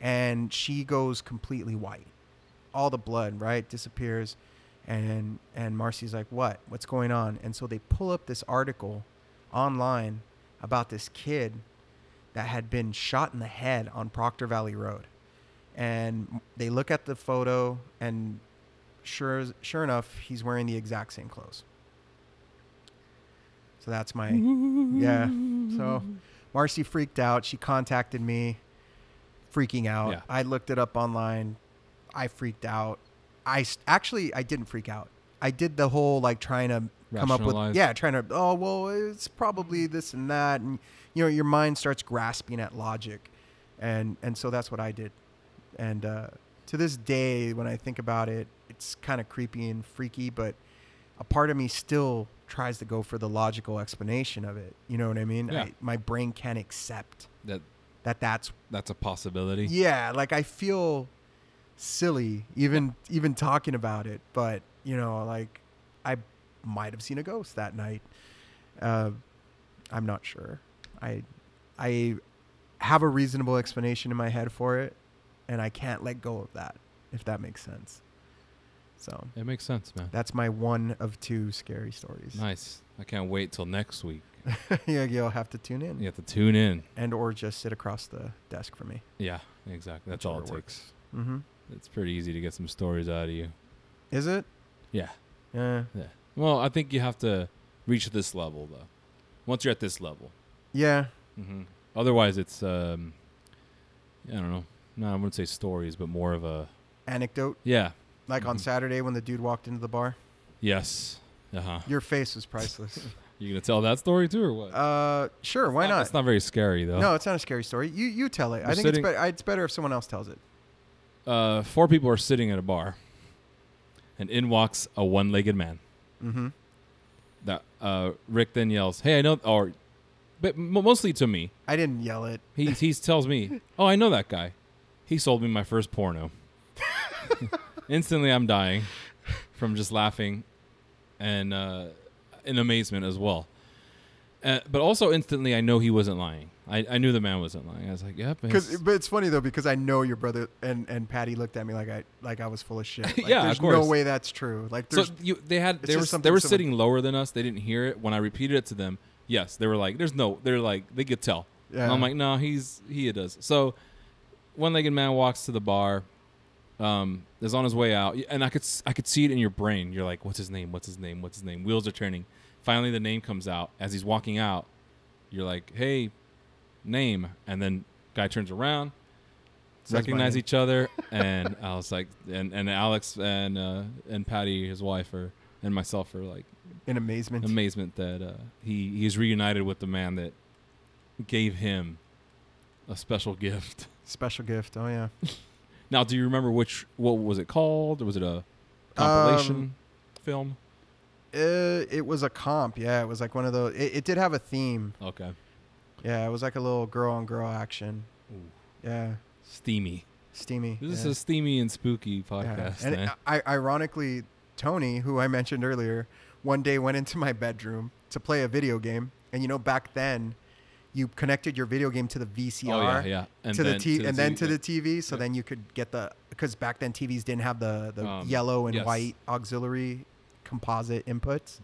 S2: and she goes completely white. All the blood, right, disappears, and and Marcy's like, "What? What's going on?" And so they pull up this article online about this kid that had been shot in the head on Proctor Valley Road, and they look at the photo, and sure sure enough, he's wearing the exact same clothes. So that's my yeah. So Marcy freaked out. She contacted me, freaking out.
S1: Yeah.
S2: I looked it up online. I freaked out. I s- actually I didn't freak out. I did the whole like trying to come up with
S1: Rationalize.
S2: yeah, trying to oh well, it's probably this and that, and you know your mind starts grasping at logic, and and so that's what I did, and uh, to this day when I think about it, it's kind of creepy and freaky, but a part of me still tries to go for the logical explanation of it. You know what I mean?
S1: Yeah.
S2: I, my brain can't accept
S1: That
S2: that that's
S1: that's a possibility.
S2: yeah, like I feel silly even even talking about it, but you know, like I might have seen a ghost that night. Uh, I'm not sure. I I have a reasonable explanation in my head for it, and I can't let go of that if that makes sense. So
S1: It makes sense, man.
S2: that's my one of two scary stories.
S1: Nice. I can't wait till next week.
S2: <laughs> yeah, you'll have to tune in
S1: You have to tune in.
S2: and or just sit across the desk for me.
S1: Yeah, exactly. That's all it
S2: Whichever
S1: takes.
S2: Mm-hmm.
S1: It's pretty easy to get some stories out of you.
S2: Is it? Uh,
S1: Yeah.
S2: Yeah.
S1: Yeah. Well, I think you have to reach this level though. Once you're at this level,
S2: Yeah.
S1: mm-hmm. otherwise it's um, I don't know. No, I wouldn't say stories, but more of a
S2: Anecdote.
S1: yeah.
S2: Like on
S1: Mhm.
S2: Saturday when the dude walked into the bar,
S1: Yes. Uh huh.
S2: your face was
S1: <laughs>
S2: priceless.
S1: You gonna tell that story too, or what?
S2: uh, sure, why not?
S1: It's not very scary though.
S2: no, it's not a scary story. You you tell it. I
S1: We're
S2: think it's
S1: sitting-
S2: better. It's better if someone else tells it.
S1: Uh, four people are sitting at a bar. and in walks a one-legged man.
S2: Mhm.
S1: That uh, Rick then yells, "Hey, I know," or but m- mostly to me.
S2: I didn't yell it.
S1: He he <laughs> tells me, "Oh, I know that guy. He sold me my first porno." <laughs> Instantly, I'm dying from just laughing and uh, in amazement as well. Uh, but also instantly, I know he wasn't lying. I, I knew the man wasn't lying. I was like, "Yep."
S2: Cause,
S1: it's-
S2: but it's funny though because I know your brother and, and Patty looked at me like I like I was full
S1: <laughs>
S2: of shit. Like,
S1: Yeah, of
S2: there's no
S1: course.
S2: way that's true. Like
S1: So
S2: there's
S1: you, they had they
S2: just
S1: were
S2: something
S1: they were
S2: someone-
S1: sitting lower than us. They didn't hear it when I repeated it to them. Yes, they were like, "There's no." They're like, they could tell.
S2: Yeah.
S1: I'm like, "No, he's he does." So, one-legged man walks to the bar. Um, is on his way out, and I could s- I could see it in your brain. You're like, "What's his name? What's his name? What's his name?" Wheels are turning. Finally, the name comes out as he's walking out. You're like, "Hey, name," and then guy turns around
S2: my
S1: recognize
S2: name.
S1: each other, and <laughs> I was like, and, and Alex and uh, and Patty, his wife, are and myself are like
S2: in amazement.
S1: amazement that uh, he he's reunited with the man that gave him a special gift. <laughs>
S2: Special gift. Oh yeah.
S1: Now, do you remember which what was it called? Was it a compilation
S2: Um,
S1: film?
S2: Uh, it was a comp. Yeah, it was like one of those. It, it did have a theme.
S1: Okay,
S2: Yeah, it was like a little girl on girl action.
S1: Ooh.
S2: Yeah,
S1: steamy.
S2: steamy.
S1: This is
S2: yeah.
S1: a steamy and spooky
S2: Yeah.
S1: podcast. eh?
S2: And
S1: man.
S2: I, ironically, Tony, who I mentioned earlier, one day went into my bedroom to play a video game, and you know back then, you connected your video game to the VCR.
S1: oh yeah, yeah. And
S2: E to the
S1: then
S2: t- and then
S1: TV
S2: to the TV. So
S1: Yeah.
S2: then you could get the because back then TVs didn't have the the
S1: Um,
S2: yellow and
S1: yes.
S2: white auxiliary composite inputs.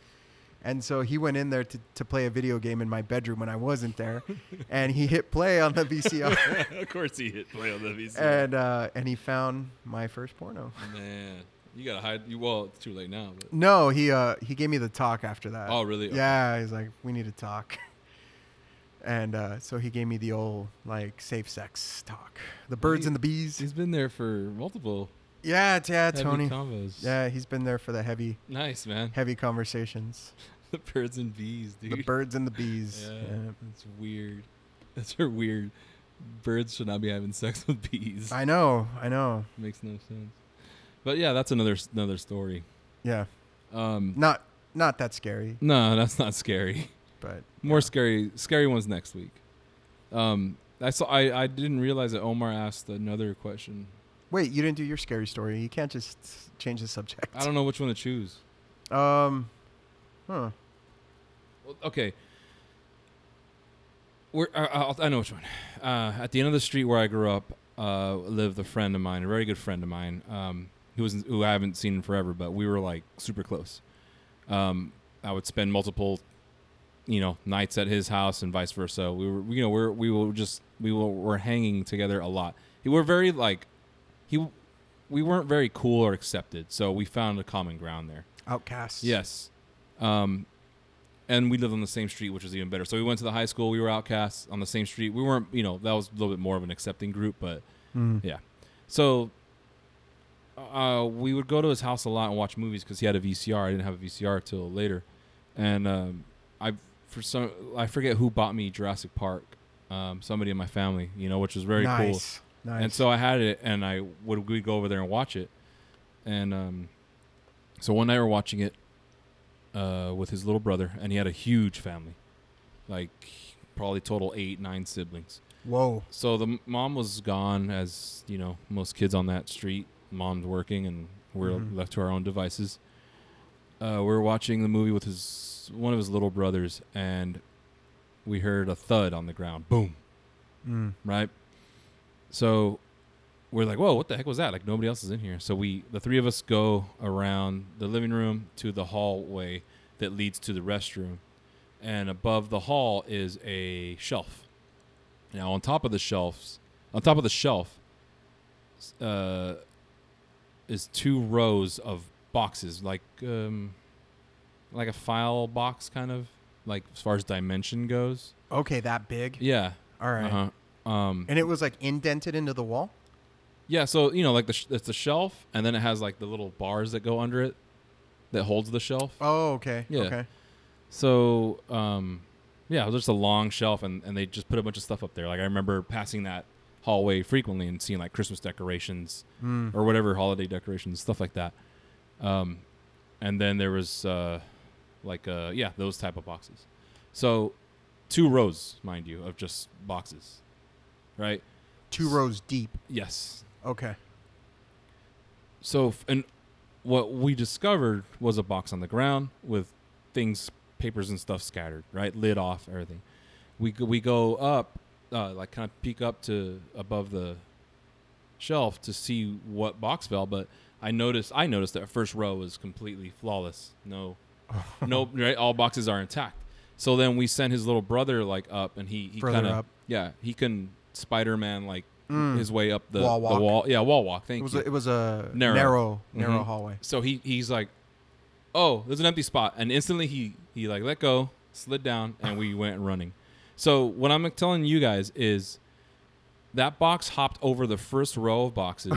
S2: And so he went in there to, to play a video game in my bedroom when I
S1: <laughs>
S2: wasn't there, and he hit play on the VCR,
S1: of course, he hit play on the VCR.
S2: and uh, and he found my first porno.
S1: Man, you gotta hide. You well, it's too late now. But.
S2: No, he uh, he gave me the talk after that.
S1: Oh, really? Okay.
S2: Yeah, he's like, we need to talk, <laughs> and uh, so he gave me the old like safe sex talk, the birds
S1: he-
S2: and the bees.
S1: He's been there for multiple
S2: Yeah, it's- yeah,
S1: heavy
S2: Tony.
S1: combos.
S2: Yeah, he's been there for the heavy,
S1: nice man.
S2: heavy conversations.
S1: <laughs> The birds and bees, dude.
S2: The birds and the bees.
S1: yeah,
S2: Yeah.
S1: that's weird. That's her weird. Birds should not be having sex with bees.
S2: I know, I know.
S1: Makes no sense. But yeah, that's another s- another story.
S2: Yeah,
S1: Um,
S2: not not that scary,
S1: no, that's not scary. <laughs>
S2: but
S1: More scary, scary ones next week. Um, I saw. I, I didn't realize that Omar asked another question.
S2: wait, you didn't do your scary story. You can't just change the subject.
S1: I don't know which one to choose.
S2: Um, huh.
S1: Well, okay. We're, I, I'll, I know which one. Uh, at the end of the street where I grew up, uh, lived a friend of mine, a very good friend of mine, um, who was who I haven't seen in forever, but we were like super close. Um, I would spend multiple, you know, nights at his house and vice versa. We were, you know, we're we were just we were, were hanging together a lot. We were very like, he, we weren't very cool or accepted, so we found a common ground there.
S2: Outcasts.
S1: Yes. Um, and we lived on the same street, which was even better. So we went to the high school. We were outcasts on the same street. We weren't, you know, that was a little bit more of an accepting group, but
S2: Mm.
S1: yeah. So uh, we would go to his house a lot and watch movies because he had a VCR. I didn't have a VCR till later, and um, I for some I forget who bought me Jurassic Park. Um, somebody in my family, you know, which was very cool.
S2: nice. Nice.
S1: And so I had it, and I would we'd go over there and watch it, and um, so one night we're watching it uh, with his little brother, and he had a huge family, like probably total eight nine siblings.
S2: Whoa.
S1: So the m- mom was gone, as you know, most kids on that street. Mom's working, and we're
S2: Mhm.
S1: left to our own devices. Uh, we were watching the movie with his one of his little brothers, and we heard a thud on the ground. Boom
S2: Mm.
S1: right? So we're like, whoa, what the heck was that? Like nobody else is in here. So we, the three of us, go around the living room to the hallway that leads to the restroom, and above the hall is a shelf. Now on top of the shelves, on top of the shelf, s- uh, is two rows of boxes, like um, like a file box kind of, like as far as dimension goes.
S2: Okay, that big.
S1: Yeah.
S2: All right.
S1: Uh-huh. Um,
S2: And it was like indented into the wall.
S1: Yeah, so you know, like the sh- it's a shelf, and then it has like the little bars that go under it that holds the shelf.
S2: Oh, okay.
S1: Yeah.
S2: Okay.
S1: So, um, yeah, it was just a long shelf, and, and they just put a bunch of stuff up there. Like I remember passing that hallway frequently and seeing like Christmas decorations
S2: Mm.
S1: or whatever holiday decorations, stuff like that. Um, and then there was uh, like uh, yeah, those type of boxes. So two rows, mind you, of just boxes, right?
S2: Two rows deep.
S1: Yes.
S2: Okay.
S1: So f- and what we discovered was a box on the ground with things, papers and stuff scattered, right? Lid off, everything. We go, we go up, uh, like kind of peek up to above the shelf to see what box fell, but I noticed I noticed that first row was completely flawless.
S2: <laughs>
S1: No, no, right? All boxes are intact. So then we sent his little brother like up, and he he
S2: Further
S1: kind of
S2: up.
S1: yeah he can Spider Man like
S2: Mm.
S1: his way up the
S2: Wall
S1: the
S2: walk.
S1: wall yeah wall walk.
S2: It
S1: Thank
S2: was
S1: you.
S2: a, it was a
S1: Narrow.
S2: narrow narrow,
S1: Mhm.
S2: hallway.
S1: So he he's like, "Oh, there's an empty spot," and instantly he he like let go, slid down, and we went running. So what I'm telling you guys is that box hopped over the first row of boxes,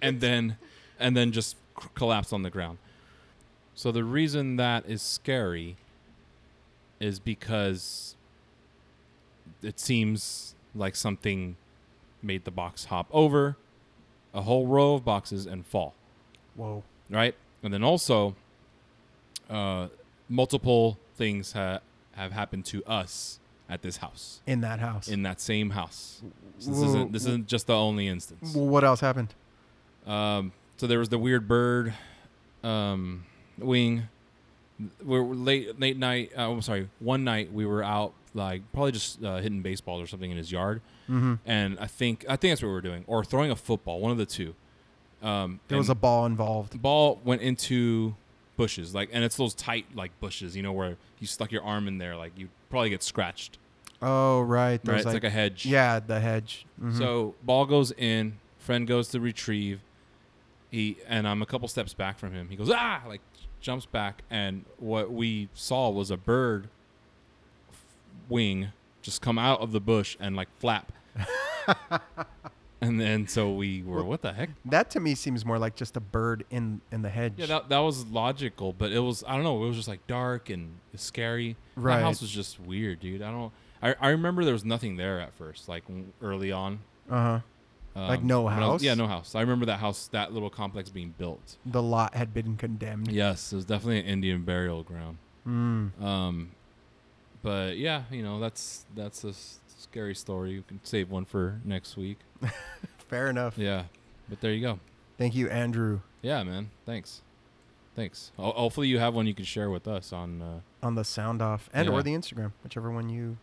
S1: and then and then just c- collapsed on the ground. So the reason that is scary is because it seems like something made the box hop over a whole row of boxes and fall
S2: Whoa.
S1: right? And then also, uh, multiple things ha- have happened to us at this house,
S2: In that house.
S1: in that same house. So this
S2: Whoa.
S1: isn't this isn't just the only instance.
S2: well, what else happened?
S1: Um, so there was the weird bird um, wing. We're we're late late night. Uh, I'm sorry. One night we were out like probably just uh, hitting baseballs or something in his yard, and I think I think that's what we were doing, or throwing a football, one of the two. Um,
S2: There was
S1: and-
S2: a ball involved.
S1: ball went into bushes like and it's those tight like bushes you know where you stuck your arm in there like you probably get scratched
S2: Oh right. There
S1: right
S2: was
S1: it's like a hedge
S2: yeah the hedge. Mhm.
S1: so ball goes in friend goes to retrieve he and i'm a couple steps back from him he goes ah like jumps back and what we saw was a bird f- wing just come out of the bush and like
S2: <laughs>
S1: flap and then so we were what the heck
S2: that to me seems more like just a bird in in the hedge.
S1: Yeah, that, that was logical, but it was I don't know, it was just like dark and scary.
S2: Right.
S1: That house was just weird, dude. I don't I, I remember there was nothing there at first, like w- early on.
S2: uh huh.
S1: Um,
S2: Like no
S1: when I was-
S2: house?
S1: yeah, no house. I remember that house, that little complex being built.
S2: The lot had been condemned.
S1: Yes, it was definitely an Indian burial ground.
S2: Hmm.
S1: Um, but yeah, you know that's that's a s- scary story. You can save one for next week.
S2: Fair enough.
S1: Yeah, but there you go.
S2: Thank you, Andrew,
S1: Yeah, man. Thanks, thanks. Ho- hopefully you have one you can share with us on. Uh,
S2: on the sound off and
S1: Yeah.
S2: or the Instagram, whichever one you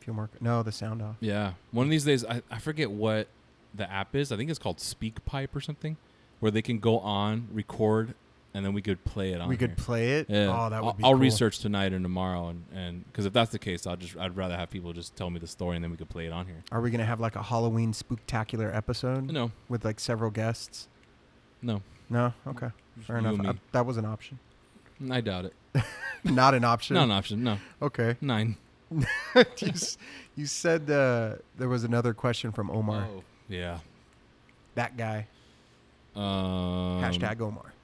S2: feel more. No, the sound off.
S1: Yeah. One of these days, I, I forget what the app is. I think it's called SpeakPipe or something, where they can go on, record, and then we could play it on.
S2: We could
S1: here.
S2: play it.
S1: Yeah.
S2: Oh, that would
S1: I'll,
S2: be.
S1: I'll
S2: cool.
S1: research tonight and tomorrow, and and because if that's the case, I'll just I'd rather have people just tell me the story and then we could play it on here.
S2: Are we gonna have like a Halloween spooktacular episode
S1: No,
S2: with like several guests?
S1: no,
S2: No. Okay. Fair
S1: you
S2: enough.
S1: and me.
S2: I- that was an option. <laughs>
S1: I doubt it.
S2: Not an option.
S1: Not an option. No,
S2: Okay. <laughs>
S1: nine.
S2: you, s- you said uh, there was another question from Omar.
S1: Oh, yeah.
S2: That guy.
S1: Um,
S2: Hashtag Omar. <laughs>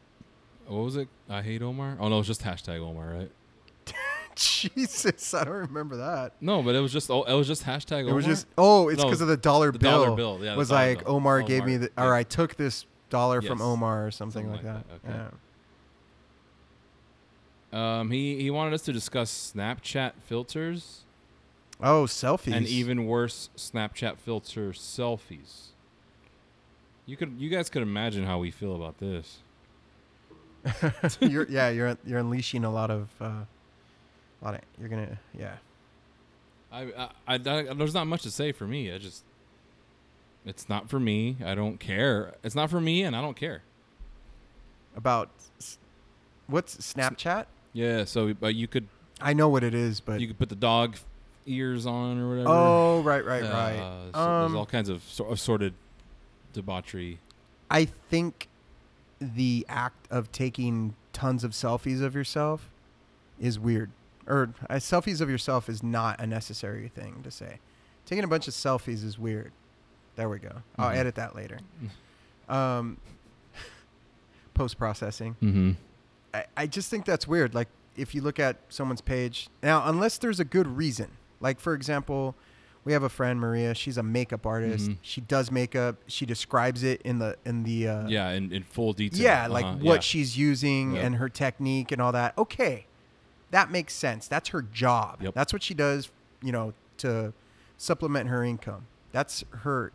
S1: What was it? I hate Omar. Oh no, it was just hashtag Omar, right?
S2: Jesus, I don't remember that.
S1: No, but it was just oh, it was just hashtag. Omar?
S2: It was just oh, it's
S1: No,
S2: because of the dollar
S1: the
S2: bill.
S1: dollar bill, yeah, the
S2: was
S1: dollar
S2: like
S1: bill.
S2: Omar gave
S1: Omar,
S2: me the
S1: yeah.
S2: or I took this dollar from
S1: Yes.
S2: Omar or something,
S1: Something
S2: like,
S1: like
S2: that.
S1: that, okay. Um, he he wanted us to discuss Snapchat filters
S2: Yeah. Oh, selfies.
S1: and even worse, Snapchat filter selfies. You could you guys could imagine how we feel about this. <laughs>
S2: you're, yeah, you're you're unleashing a lot of uh, a lot of you're gonna yeah.
S1: I, I, I- I- there's not much to say for me. I just it's not for me. I don't care. It's not for me, and I don't care.
S2: About s- what's Snapchat?
S1: Yeah. So, but you could
S2: I know what it is, but
S1: you could put the dog ears on or whatever.
S2: oh, right, right,
S1: Uh,
S2: right.
S1: so
S2: um,
S1: there's all kinds of sor- assorted debauchery.
S2: I think the act of taking tons of selfies of yourself is weird. Or uh, selfies of yourself is not a necessary thing to say. Taking a bunch of selfies is weird. There we go. I'll
S1: Mhm.
S2: edit that
S1: <laughs>
S2: later. Um, <laughs> Post processing.
S1: Mm-hmm.
S2: I, I just think that's weird. Like if you look at someone's page now, unless there's a good reason. Like for example, We have a friend Maria. She's a makeup artist.
S1: Mhm.
S2: She does makeup. She describes it in the in the uh,
S1: Yeah, in, in full detail.
S2: yeah, like
S1: Uh-huh,
S2: what
S1: yeah.
S2: she's using
S1: Yeah.
S2: and her technique and all that. Okay, that makes sense. That's her job.
S1: Yep.
S2: That's what she does. You know, to supplement her income. That's her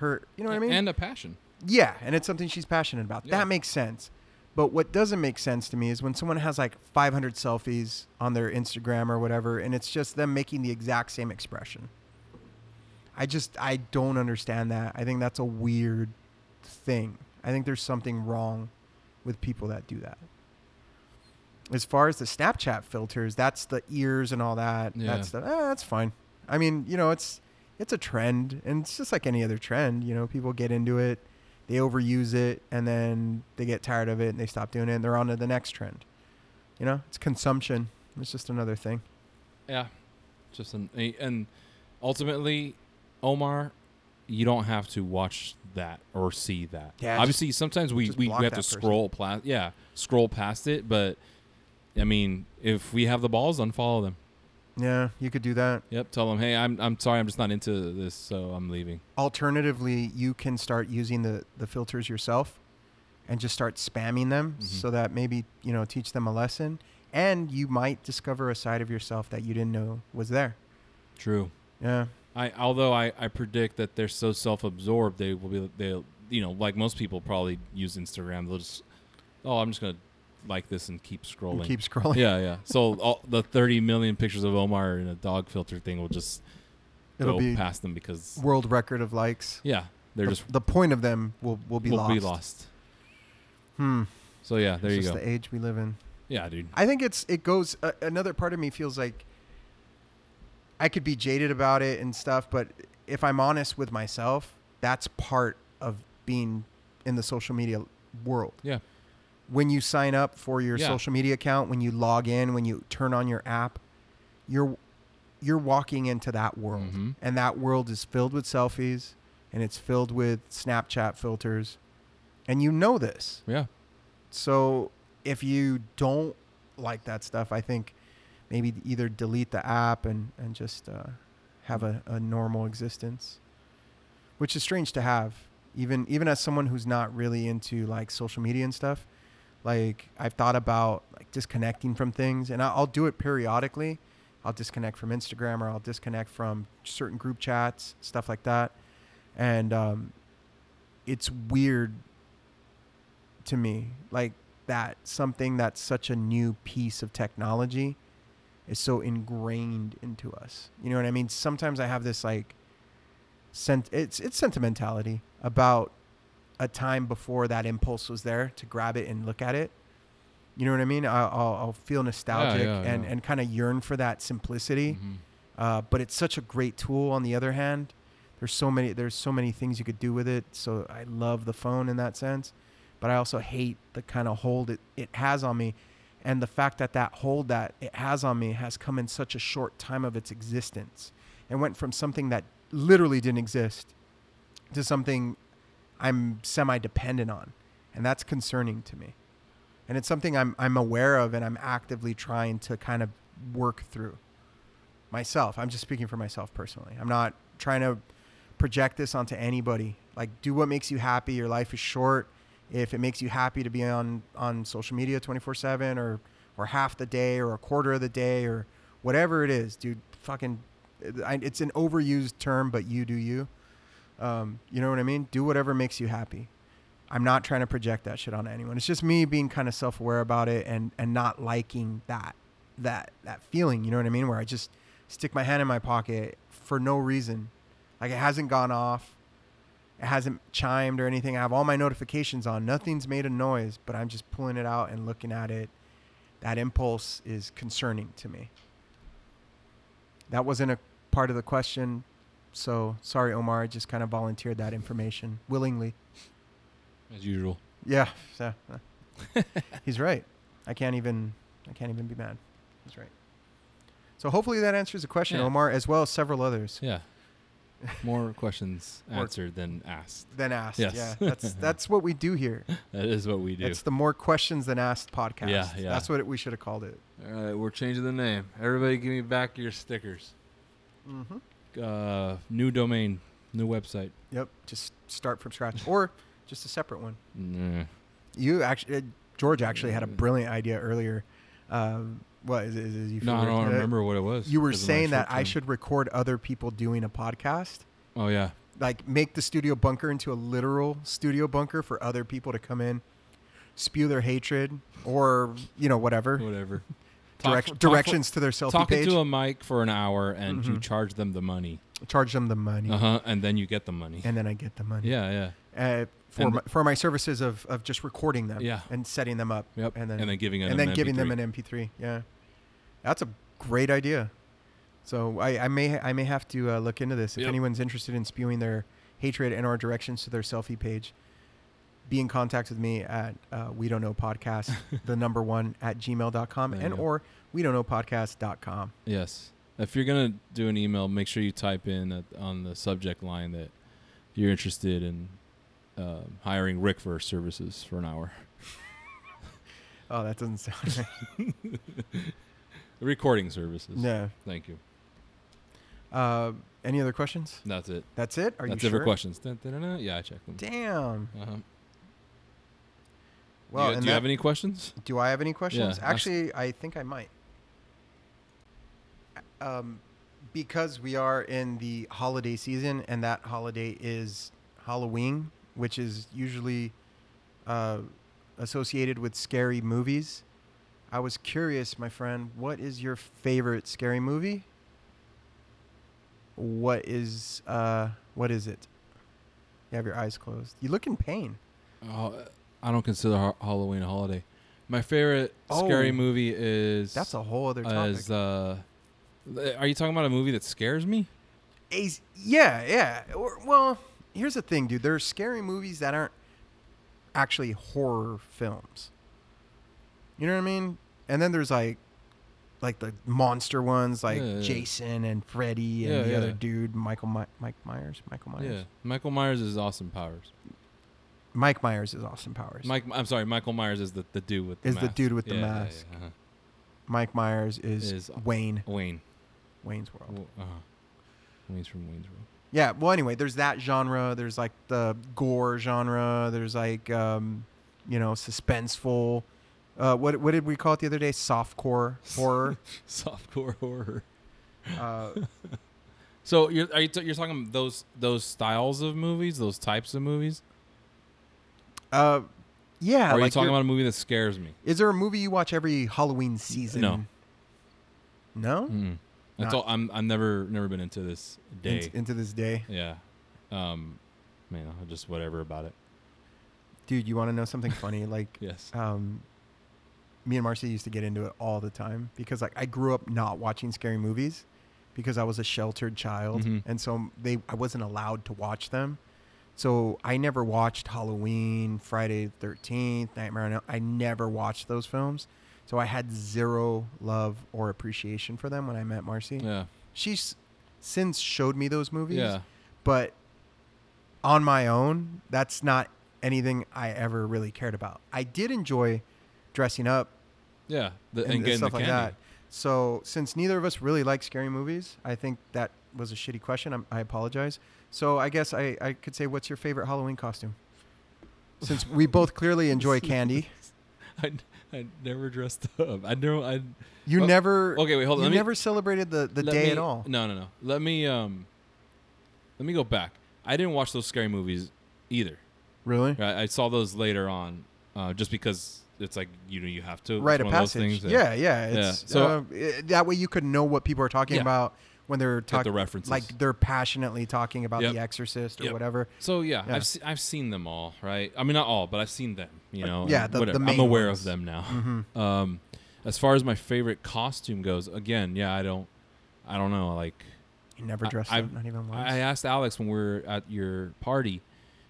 S2: her. You know what I mean?
S1: And a passion.
S2: Yeah, and it's something she's passionate about.
S1: Yeah.
S2: That makes sense. But what doesn't make sense to me is when someone has like 500 selfies on their Instagram or whatever, and it's just them making the exact same expression. I just I don't understand that. I think that's a weird thing. I think there's something wrong with people that do that. As far as the Snapchat filters, that's the ears and all that.
S1: Yeah.
S2: That's the eh, that's fine. I mean, you know, it's it's a trend and it's just like any other trend, you know, people get into it, they overuse it and then they get tired of it and they stop doing it and they're on to the next trend. You know, it's consumption. It's just another thing.
S1: Yeah. Just an a- and ultimately, Omar, you don't have to watch that or see that.
S2: Yeah,
S1: Obviously, sometimes we,
S2: just
S1: we, we
S2: block
S1: have to
S2: that person.
S1: scroll past. Yeah, scroll past it. But I mean, if we have the balls, unfollow them.
S2: Yeah, you could do that.
S1: Yep. Tell them, hey, I'm I'm sorry, I'm just not into this, so I'm leaving.
S2: alternatively you can start using the the filters yourself and just start spamming them
S1: Mm-hmm.
S2: so that maybe you know teach them a lesson and you might discover a side of yourself that you didn't know was there
S1: True.
S2: yeah
S1: I although I, I predict that they're so self-absorbed, they will be they will you know like most people probably use Instagram. They'll just oh, I'm just gonna like this and keep scrolling.
S2: keep <laughs> scrolling
S1: Yeah, yeah. So all the 30 million pictures of Omar in a dog filter thing will just
S2: it'll
S1: go
S2: be
S1: past them because
S2: <laughs> world record of likes
S1: yeah, they're
S2: the,
S1: just
S2: the point of them will will be
S1: will
S2: lost
S1: be lost.
S2: hmm
S1: So yeah, there
S2: it's
S1: you
S2: just
S1: go.
S2: the age we live in
S1: Yeah, dude.
S2: I think it's it goes. Uh, another part of me feels like I could be jaded about it and stuff, but if I'm honest with myself, that's part of being in the social media world.
S1: Yeah.
S2: When you sign up for your
S1: Yeah.
S2: social media account, when you log in, when you turn on your app, you're you're walking into that world,
S1: Mhm.
S2: and that world is filled with selfies, and it's filled with Snapchat filters, and you know this.
S1: Yeah.
S2: So if you don't like that stuff, I think maybe either delete the app and, and just uh, have a, a normal existence, which is strange to have. Even even as someone who's not really into like social media and stuff, like I've thought about like disconnecting from things, and I- I'll do it periodically. I'll disconnect from Instagram or I'll disconnect from certain group chats, stuff like that, and um, it's weird to me like that something that's such a new piece of technology is so ingrained into us you know what i mean sometimes i have this like sent it's it's sentimentality about a time before that impulse was there to grab it and look at it you know what i mean I- i'll, I'll feel nostalgic
S1: yeah,
S2: and
S1: yeah.
S2: and kind of yearn for that simplicity
S1: Mhm.
S2: uh, but it's such a great tool on the other hand there's so many there's so many things you could do with it so i love the phone in that sense but i also hate the kind of hold it, it has on me and the fact that that hold that it has on me has come in such a short time of its existence and went from something that literally didn't exist to something i'm semi-dependent on and that's concerning to me and it's something i'm, I'm aware of and i'm actively trying to kind of work through myself. I'm just speaking for myself personally. I'm not trying to project this onto anybody. Like, do what makes you happy. Your life is short. If it makes you happy to be on on social media 24 seven or or half the day or a quarter of the day or whatever it is, dude, fucking, I, it's an overused term, but you do you. Um, you know what I mean? Do whatever makes you happy. I'm not trying to project that shit on anyone. It's just me being kind of self-aware about it and and not liking that that that feeling. You know what I mean? Where I just stick my hand in my pocket for no reason. Like it hasn't gone off. It hasn't chimed or anything. I have all my notifications on. Nothing's made a noise, but I'm just pulling it out and looking at it. That impulse is concerning to me. That wasn't a part of the question. So sorry, Omar. I just kind of volunteered that information willingly.
S1: As usual.
S2: Yeah. So,
S1: <laughs>
S2: uh, he's right. I can't even I can't even be mad. He's right. So hopefully that answers the question,
S1: Yeah.
S2: Omar, as well as several others. <laughs>
S1: Yeah. More questions
S2: Or-
S1: answered than asked.
S2: Than asked.
S1: Yes.
S2: Yeah.
S1: <laughs>
S2: That's that's what we do here.
S1: That is what we do.
S2: It's the more questions than asked podcast.
S1: Yeah, yeah.
S2: That's what it, we should have called it.
S1: All right, we're changing the name. Everybody, give me back your stickers.
S2: Mm-hmm.
S1: uh, new domain, new website.
S2: Yep. Just start
S1: <laughs>
S2: from scratch or just a separate one.
S1: Nah.
S2: You actually, uh, George actually had a brilliant idea earlier. Um, what is it? Is it you
S1: No, I
S2: forgot-
S1: don't
S2: uh,
S1: remember what it was.
S2: You were
S1: It was on
S2: saying that I
S1: short-term.
S2: should record other people doing a podcast,
S1: Oh yeah,
S2: like make the studio bunker into a literal studio bunker for other people to come in, spew their hatred or you know whatever
S1: whatever. Talk
S2: direct,
S1: for- talk for-
S2: directions to their selfie
S1: Talking
S2: page, Mm-hmm.
S1: to a mic for an hour and you charge them the money.
S2: charge them the money,
S1: Uh huh. And then you get the money.
S2: and then I get the money.
S1: Yeah, yeah.
S2: uh, for
S1: And-
S2: my, for my services of, of just recording them
S1: Yeah.
S2: and setting them up
S1: Yep.
S2: and then
S1: And then giving it
S2: and
S1: an
S2: then giving them
S1: MP3.
S2: an MP3. Yeah, that's a great idea. So I, I may I may have to uh, look into this if
S1: Yep.
S2: anyone's interested in spewing their hatred and our directions to their selfie page. Be in contact with me at uh, we don't
S1: <laughs>
S2: know podcast the number one at gmail.com
S1: There you
S2: and
S1: go.
S2: or we don't know podcast.com.
S1: Yes. If you're gonna do an email, make sure you type in at, on the subject line that you're interested in um, hiring Rick for his services for an hour. <laughs>
S2: Oh, that doesn't <laughs> sound right.
S1: Recording services.
S2: no.
S1: Thank you.
S2: Uh, any other questions?
S1: That's it.
S2: That's it. Are
S1: That's
S2: you
S1: it
S2: sure?
S1: for questions. Dun, dun, dun, dun. Yeah, I checked them.
S2: Damn.
S1: Uh-huh.
S2: Well,
S1: do you,
S2: and
S1: do you
S2: that-
S1: have any questions?
S2: Do I have any questions?
S1: Yeah, ask-
S2: Actually, I think I might. Um, because we are in the holiday season, and that holiday is Halloween, which is usually uh, associated with scary movies. I was curious, my friend, what is your favorite scary movie? What is uh, what is it? You have your eyes closed. You look in pain.
S1: Oh,
S2: uh,
S1: I don't consider ha- Halloween a holiday. My favorite scary
S2: Oh.
S1: movie is
S2: That's a whole other topic.
S1: is uh, are you talking about a movie that scares me?
S2: Ace, yeah, yeah. Or- Well, here's the thing, dude. There are scary movies that aren't actually horror films. You know what I mean? And then there's like, like the monster ones, like
S1: Yeah, yeah.
S2: Jason and Freddy and
S1: Yeah,
S2: the
S1: yeah.
S2: other dude, Michael My- Mike Myers. Michael Myers.
S1: Yeah, Michael Myers is Austin Powers.
S2: Mike Myers is Austin Powers.
S1: Mike, I'm sorry, Michael Myers is the, the dude with the
S2: Is the
S1: mask.
S2: dude with the
S1: Yeah, yeah, yeah,
S2: mask.
S1: uh-huh.
S2: Mike Myers is,
S1: Is-
S2: Wayne.
S1: Wayne.
S2: Wayne's World.
S1: Well, Uh-huh. Wayne's from Wayne's
S2: <laughs>
S1: World.
S2: Yeah. Well, anyway, there's that genre. There's like the gore genre. There's like, um, you know, suspenseful. Uh, what what did we call it the other day? Softcore
S1: <laughs>
S2: horror.
S1: Softcore horror.
S2: uh,
S1: So you're are you t- you're talking those those styles of movies, those types of movies?
S2: uh, yeah.
S1: or are you
S2: like
S1: talking
S2: you're-
S1: about a movie that scares me?
S2: Is there a movie you watch every Halloween season?
S1: No.
S2: No.
S1: Mm. That's all.
S2: Not-
S1: I'm I've never never been into this day.
S2: In- into this day,
S1: yeah. Um, man, I'll just whatever about it.
S2: dude. You want to know something funny?
S1: <laughs>
S2: Like,
S1: Yes.
S2: um, me and Marcy used to get into it all the time because like I grew up not watching scary movies because I was a sheltered child
S1: Mhm.
S2: and so they I wasn't allowed to watch them. So I never watched Halloween, Friday the 13th, Nightmare on El- I never watched those films. So I had zero love or appreciation for them when I met Marcy.
S1: Yeah.
S2: She's since showed me those movies,
S1: Yeah.
S2: but on my own, that's not anything I ever really cared about. I did enjoy dressing up
S1: Yeah. The, and,
S2: and,
S1: getting
S2: stuff
S1: the
S2: like
S1: candy.
S2: that. So, since neither of us really like scary movies, I think that was a shitty question. I'm, I apologize. So, I guess I, I could say, what's your favorite Halloween costume? Since we both clearly
S1: <laughs>
S2: enjoy candy,
S1: I, I never dressed <laughs> up. I never. I
S2: you
S1: Oh,
S2: never
S1: okay. Wait. Hold on.
S2: you
S1: Let me-
S2: never celebrated the, the
S1: Let
S2: day
S1: me-
S2: at all.
S1: No, no, no. Let me um, let me go back. I didn't watch those scary movies either.
S2: Really?
S1: I, I saw those later on, uh, just because it's like you know you have to it's
S2: Rite of
S1: one those
S2: passage.
S1: things that-
S2: yeah, yeah. It's,
S1: So-
S2: uh, it- that way you could know what people are talking
S1: Yeah.
S2: about when they're
S1: the
S2: talking
S1: references.
S2: Like they're passionately talking about
S1: Yep.
S2: The Exorcist or
S1: Yep.
S2: whatever.
S1: So yeah,
S2: Yeah.
S1: I've se- I've seen them all, right? I mean, not all, but I've seen them. You know,
S2: Uh, yeah,
S1: and
S2: the- the
S1: whatever.
S2: main
S1: I'm aware
S2: ones. Mm-hmm.
S1: of them now. <laughs> Um, as far as my favorite costume goes, again, yeah, I don't, I don't know. Like,
S2: You never
S1: I-
S2: dressed
S1: I've-
S2: up, not even once.
S1: I asked Alex when we were at your party,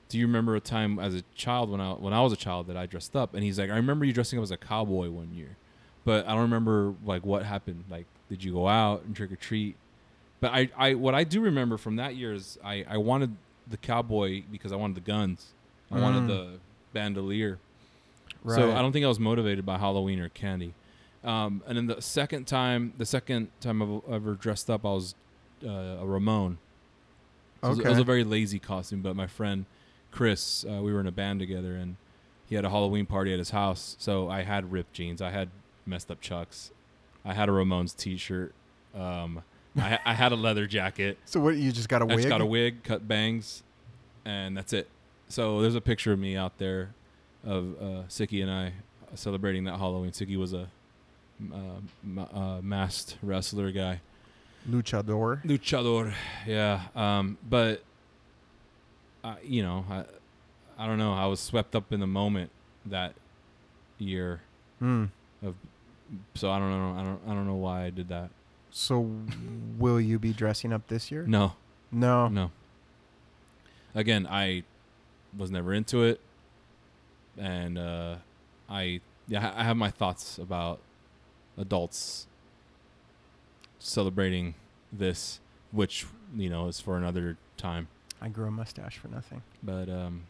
S1: do you remember a time as a child when I when I was a child that I dressed up? And he's like, I remember you dressing up as a cowboy one year, but I don't remember like what happened. Like, did you go out and trick or treat? But I, I what I do remember from that year is I, I wanted the cowboy because I wanted the guns. I wanted
S2: Mm.
S1: the bandolier.
S2: right.
S1: So I don't think I was motivated by Halloween or candy. Um, and then the second time, the second time I've ever dressed up, I was uh, a Ramon. So It was, it
S2: Okay.
S1: was a very lazy costume, but my friend Chris, uh, we were in a band together, and he had a Halloween party at his house. So I had ripped jeans, I had messed up chucks, I had a Ramones T-shirt, um, I, I had a leather jacket.
S2: So what? You just got a
S1: I
S2: wig.
S1: just got a wig, cut bangs, and that's it. So there's a picture of me out there, of uh, Siki and I celebrating that Halloween. Siki was a uh, ma- uh, masked wrestler guy,
S2: Luchador.
S1: luchador. Yeah, um, but I, you know, I, I don't know. I was swept up in the moment that year,
S2: Hmm.
S1: so I don't know. I don't. I don't know why I did that. <laughs>
S2: So will you be dressing up this year?
S1: No,
S2: No.
S1: No. Again, I was never into it, and uh, I yeah I have my thoughts about adults celebrating this, which you know is for another time.
S2: I grew a mustache for nothing.
S1: But um,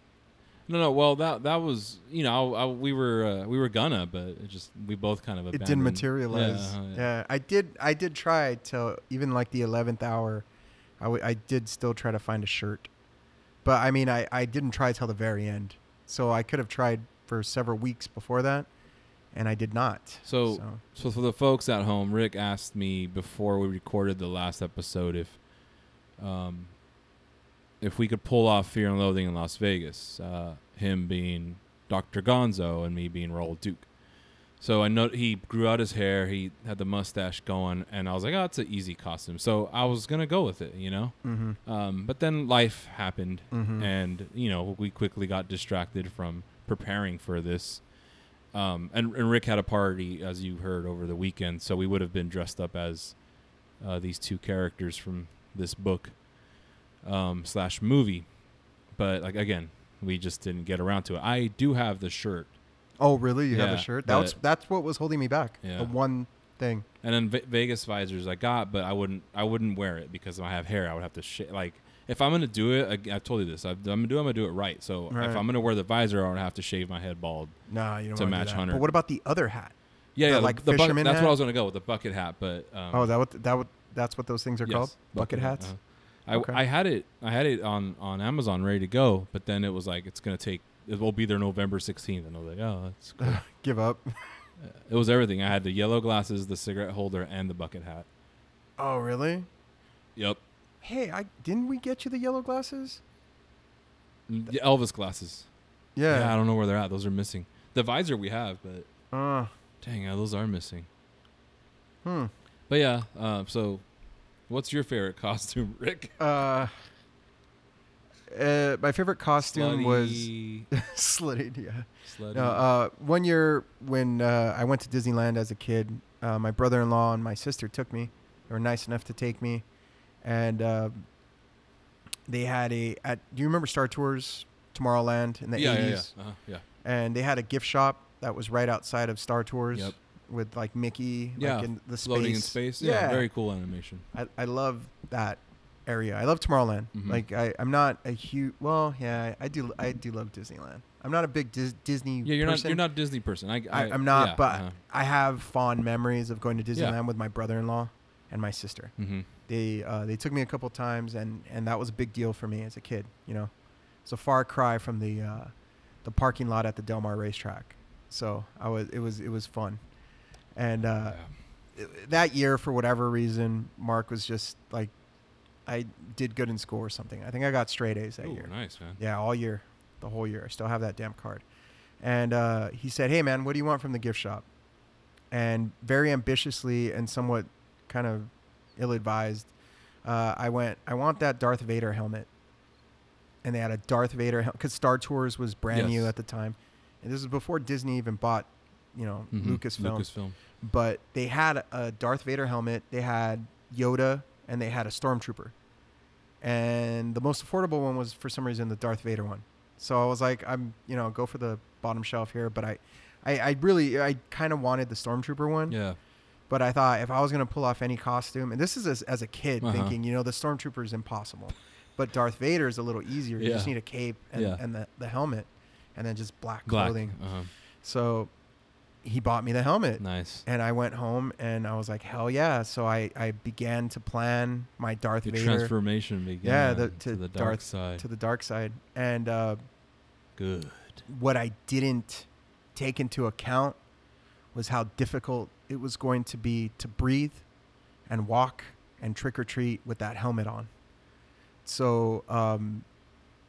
S1: no, no. Well, that that was you know I, I- we were uh, we were gonna, but it just we both kind of
S2: It
S1: abandoned.
S2: didn't materialize.
S1: Yeah, uh,
S2: Yeah, I did. I did try till even like the eleventh hour. I, w- I did still try to find a shirt, but I mean, I, I didn't try till the very end. So I could have tried for several weeks before that, and I did not.
S1: So- So for the folks at home, Rick asked me before we recorded the last episode if, um, if we could pull off Fear and Loathing in Las Vegas. Uh, him being Dr. Gonzo and me being Raul Duke. So I know he grew out his hair. He had the mustache going, and I was like, "Oh, it's an easy costume." So I was gonna go with it, you know.
S2: hmm
S1: Um, but then life happened,
S2: Mhm.
S1: and you know we quickly got distracted from preparing for this. Um, and, and Rick had a party, as you heard, over the weekend, so we would have been dressed up as uh, these two characters from this book um, slash movie. But like again, we just didn't get around to it. I do have the shirt,
S2: Oh, really? You have
S1: Yeah,
S2: a shirt? That's
S1: but-
S2: that's what was holding me back.
S1: Yeah.
S2: The one thing.
S1: and then Ve- Vegas visors I got, but I wouldn't I wouldn't wear it because I have hair. I would have to sh- like if I'm gonna do it. I, I've told you this. I've, I'm gonna do. it, I'm gonna do it right. So
S2: Right.
S1: if I'm gonna wear the visor, I would have to shave my head bald.
S2: No, you don't
S1: To
S2: wanna do
S1: match
S2: that.
S1: Hunter.
S2: But what about the other hat?
S1: Yeah,
S2: The,
S1: yeah.
S2: like,
S1: the, bucket-
S2: fisherman
S1: That's
S2: hat?
S1: what I was gonna go with the bucket hat, but um,
S2: Oh, is that what that what that's what those things are
S1: yes,
S2: called? Bucket,
S1: hat,
S2: hats.
S1: uh-huh. I,
S2: Okay.
S1: I had it I had it on, on Amazon ready to go, but then it was like it's gonna take it will be there November sixteenth, and I was like, oh, that's cool.
S2: <laughs> Give up.
S1: it was everything. I had the yellow glasses, the cigarette holder, and the bucket hat.
S2: Oh, really?
S1: Yep,
S2: Hey, I didn't we get you the yellow glasses?
S1: Mm, the Elvis glasses.
S2: Yeah.
S1: I don't know where they're at. Those are missing. The visor we have, but
S2: Uh,
S1: dang, yeah, those are missing.
S2: hmm.
S1: But yeah, uh, so what's your favorite <laughs> costume, Rick?
S2: Uh, uh, my favorite costume
S1: Slutty-
S2: was <laughs> slutty. Yeah.
S1: slutty.
S2: <laughs> No, uh, one year when uh, I went to Disneyland as a kid, uh, my brother-in-law and my sister took me. They were nice enough to take me, and uh, they had a. At, do you remember Star Tours Tomorrowland in the
S1: yeah, yeah, yeah,
S2: eighties?
S1: uh-huh, yeah.
S2: And they had a gift shop that was right outside of Star Tours.
S1: Yep.
S2: With like Mickey,
S1: Yeah,
S2: like in the space.
S1: floating in space. Yeah, very cool animation.
S2: I, I love that area. I love Tomorrowland.
S1: Mhm.
S2: Like I, I'm not a huge. Well, yeah, I, I do. I do love Disneyland. I'm not a big Dis- Disney.
S1: Yeah, you're
S2: person.
S1: not you're not a Disney person. I, I,
S2: I, I'm not,
S1: yeah,
S2: but
S1: uh-huh.
S2: I have fond memories of going to Disneyland
S1: Yeah.
S2: with my brother-in-law and my sister.
S1: Mhm.
S2: They uh, they took me a couple times, and and that was a big deal for me as a kid. You know, it's a far cry from the uh, the parking lot at the Del Mar racetrack. So I was it was it was fun, and uh,
S1: Yeah.
S2: that year for whatever reason, Mark was just like, I did good in school or something. I think I got straight A's that
S1: Ooh,
S2: year.
S1: nice man.
S2: Yeah, all year, the whole year. I still have that damn card. And uh, he said, "Hey man, what do you want from the gift shop?" And very ambitiously and somewhat kind of ill-advised, uh, I went, "I want that Darth Vader helmet." And they had a Darth Vader helmet because Star Tours was
S1: Yes.
S2: brand new at the time, and this was before Disney even bought, you know,
S1: Mhm.
S2: Lucasfilm
S1: Lucasfilm.
S2: but they had a Darth Vader helmet, they had Yoda, and they had a stormtrooper. And the most affordable one was for some reason the Darth Vader one. So I was like, I'm you know go for the bottom shelf here, but I, I, I really I kind of wanted the stormtrooper one.
S1: Yeah.
S2: But I thought if I was gonna pull off any costume, and this is as, as a kid
S1: Uh-huh.
S2: thinking, you know, the stormtrooper is impossible, but Darth Vader is a little easier. You just
S1: Yeah.
S2: need a cape and,
S1: Yeah.
S2: and the, the helmet, and then just black
S1: Black.
S2: clothing.
S1: Uh-huh.
S2: So he bought me the helmet.
S1: Nice.
S2: And I went home and I was like, hell yeah. So I, I began to plan my Darth
S1: Your
S2: Vader.
S1: transformation began.
S2: yeah, the,
S1: to, the dark
S2: Darth,
S1: side.
S2: To the dark side. And uh,
S1: Good.
S2: what I didn't take into account was how difficult it was going to be to breathe and walk and trick or treat with that helmet on. So, um,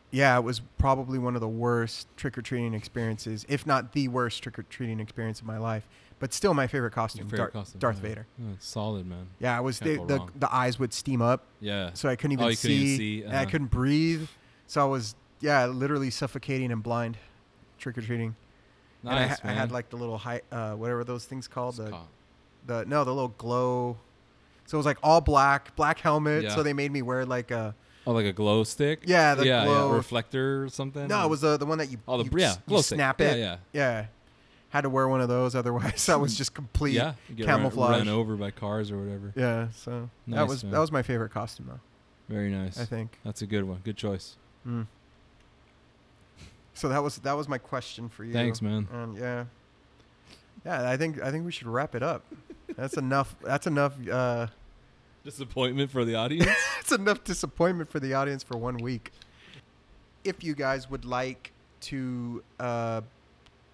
S2: yeah, it was probably one of the worst trick or treating experiences, if not the worst trick or treating experience of my life. But still, my favorite costume,
S1: Your favorite
S2: Dar-
S1: costume.
S2: Darth
S1: Yeah.
S2: Vader.
S1: Yeah, Oh, it's solid, man.
S2: Yeah, I was
S1: Can't
S2: the,
S1: go
S2: the
S1: wrong.
S2: the eyes would steam up,
S1: Yeah.
S2: so I couldn't
S1: Oh,
S2: even
S1: you
S2: see.
S1: couldn't even see,
S2: and I
S1: uh-huh.
S2: couldn't breathe, so I was yeah, literally suffocating and blind, trick or treating. And I,
S1: nice,
S2: ha- I
S1: man.
S2: had like the little high, uh, whatever those things called,
S1: It's
S2: the,
S1: caught.
S2: the no, the little glow. So it was like all black, black helmet.
S1: Yeah.
S2: So they made me wear like a
S1: Oh, like a glow stick.
S2: Yeah, the
S1: yeah,
S2: glow-
S1: Yeah, reflector or something.
S2: no, it was the the one that you
S1: Oh, the
S2: you,
S1: yeah,
S2: s-
S1: glow
S2: you
S1: stick.
S2: snap
S1: Yeah,
S2: it.
S1: yeah.
S2: yeah. Had to wear one of those, <laughs> otherwise I was just complete
S1: yeah. you get run-
S2: camouflage.
S1: Run, over by cars or whatever.
S2: Yeah, so that
S1: Nice,
S2: was
S1: man.
S2: that was my favorite costume though.
S1: Very nice.
S2: I think.
S1: That's a good one. Good choice.
S2: Mm. So that was that was my question for you.
S1: Thanks, man.
S2: And yeah, yeah. I think I think we should wrap it up. That's enough. That's enough. Uh,
S1: Disappointment for the audience.
S2: That's enough disappointment for the audience for one week. If you guys would like to uh,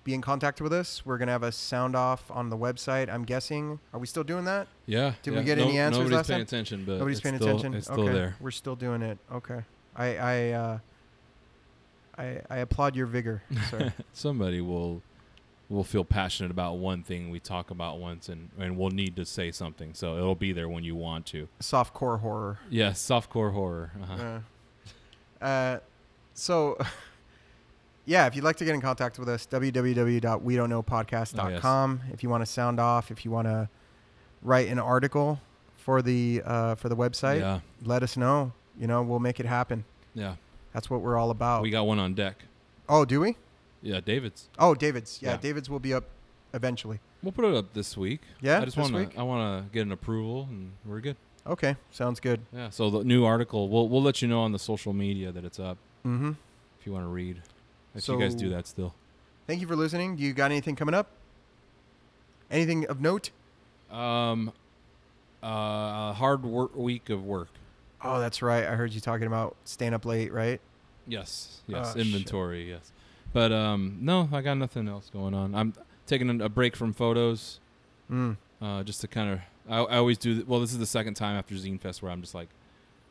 S2: be in contact with us, we're gonna have a sound off on the website. I'm guessing. Are we still doing that?
S1: yeah.
S2: Did we
S1: yeah.
S2: get any answers
S1: Nobody's
S2: last
S1: paying
S2: time?
S1: attention, but Uh,
S2: Nobody's
S1: it's
S2: paying
S1: still,
S2: attention.
S1: It's still
S2: okay,
S1: there.
S2: we're still doing it. Okay. I I uh, I, I applaud your vigor,
S1: <laughs>
S2: sir.
S1: Somebody will will feel passionate about one thing we talk about once, and and will need to say something. So it'll be there when you want to.
S2: Softcore horror.
S1: Yeah, softcore horror. Uh-huh.
S2: Yeah. Uh, so, <laughs> yeah, if you'd like to get in contact with us,
S1: Oh,
S2: www.wedon'tknowpodcast.com. If you want to sound off, if you want to write an article for the uh, for the website,
S1: Yeah.
S2: let us know. You know, we'll make it happen.
S1: Yeah.
S2: That's what we're all about.
S1: We got one on deck.
S2: oh, do we?
S1: Yeah, David's.
S2: Oh, David's. Yeah,
S1: Yeah.
S2: David's will be up eventually.
S1: We'll put it up this week.
S2: Yeah,
S1: I just
S2: this
S1: want
S2: week?
S1: to. I want to get an approval, and we're good.
S2: Okay, sounds good.
S1: Yeah. So the new article, we'll we'll let you know on the social media that it's up
S2: Mm-hmm.
S1: if you want to read. If you guys do
S2: So-
S1: that still.
S2: Thank you for listening. Do you got anything coming up? Anything of note?
S1: Um, uh, hard work week of work.
S2: Oh, that's right. I heard you talking about staying up late, right?
S1: Yes. Yes.
S2: Oh, shit.
S1: Inventory. Yes. But um, no, I got nothing else going on. I'm taking a break from photos.
S2: Mm.
S1: uh, just to kind of I, I always do th- well this is the second time after zine fest where i'm just like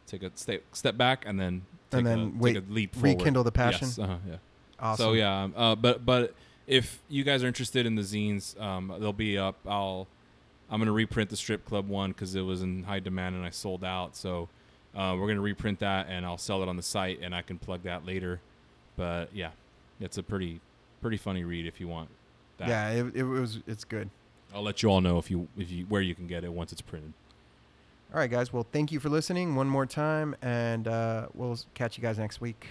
S1: take a step step back and then take
S2: And
S1: a-
S2: then
S1: take
S2: wait-
S1: a leap forward.
S2: rekindle the passion.
S1: Yes, uh-huh, yeah
S2: Awesome.
S1: so yeah um, uh, but but if you guys are interested in the zines um, they'll be up i'll i'm gonna reprint the strip club one because it was in high demand and i sold out so uh, we're gonna reprint that and i'll sell it on the site and i can plug that later but yeah it's a pretty pretty funny read if you want that
S2: Yeah, it, it was. It's good.
S1: i'll let you all know if you if you where you can get it once it's printed
S2: All right, guys. Well, thank you for listening one more time, and uh, we'll catch you guys next week.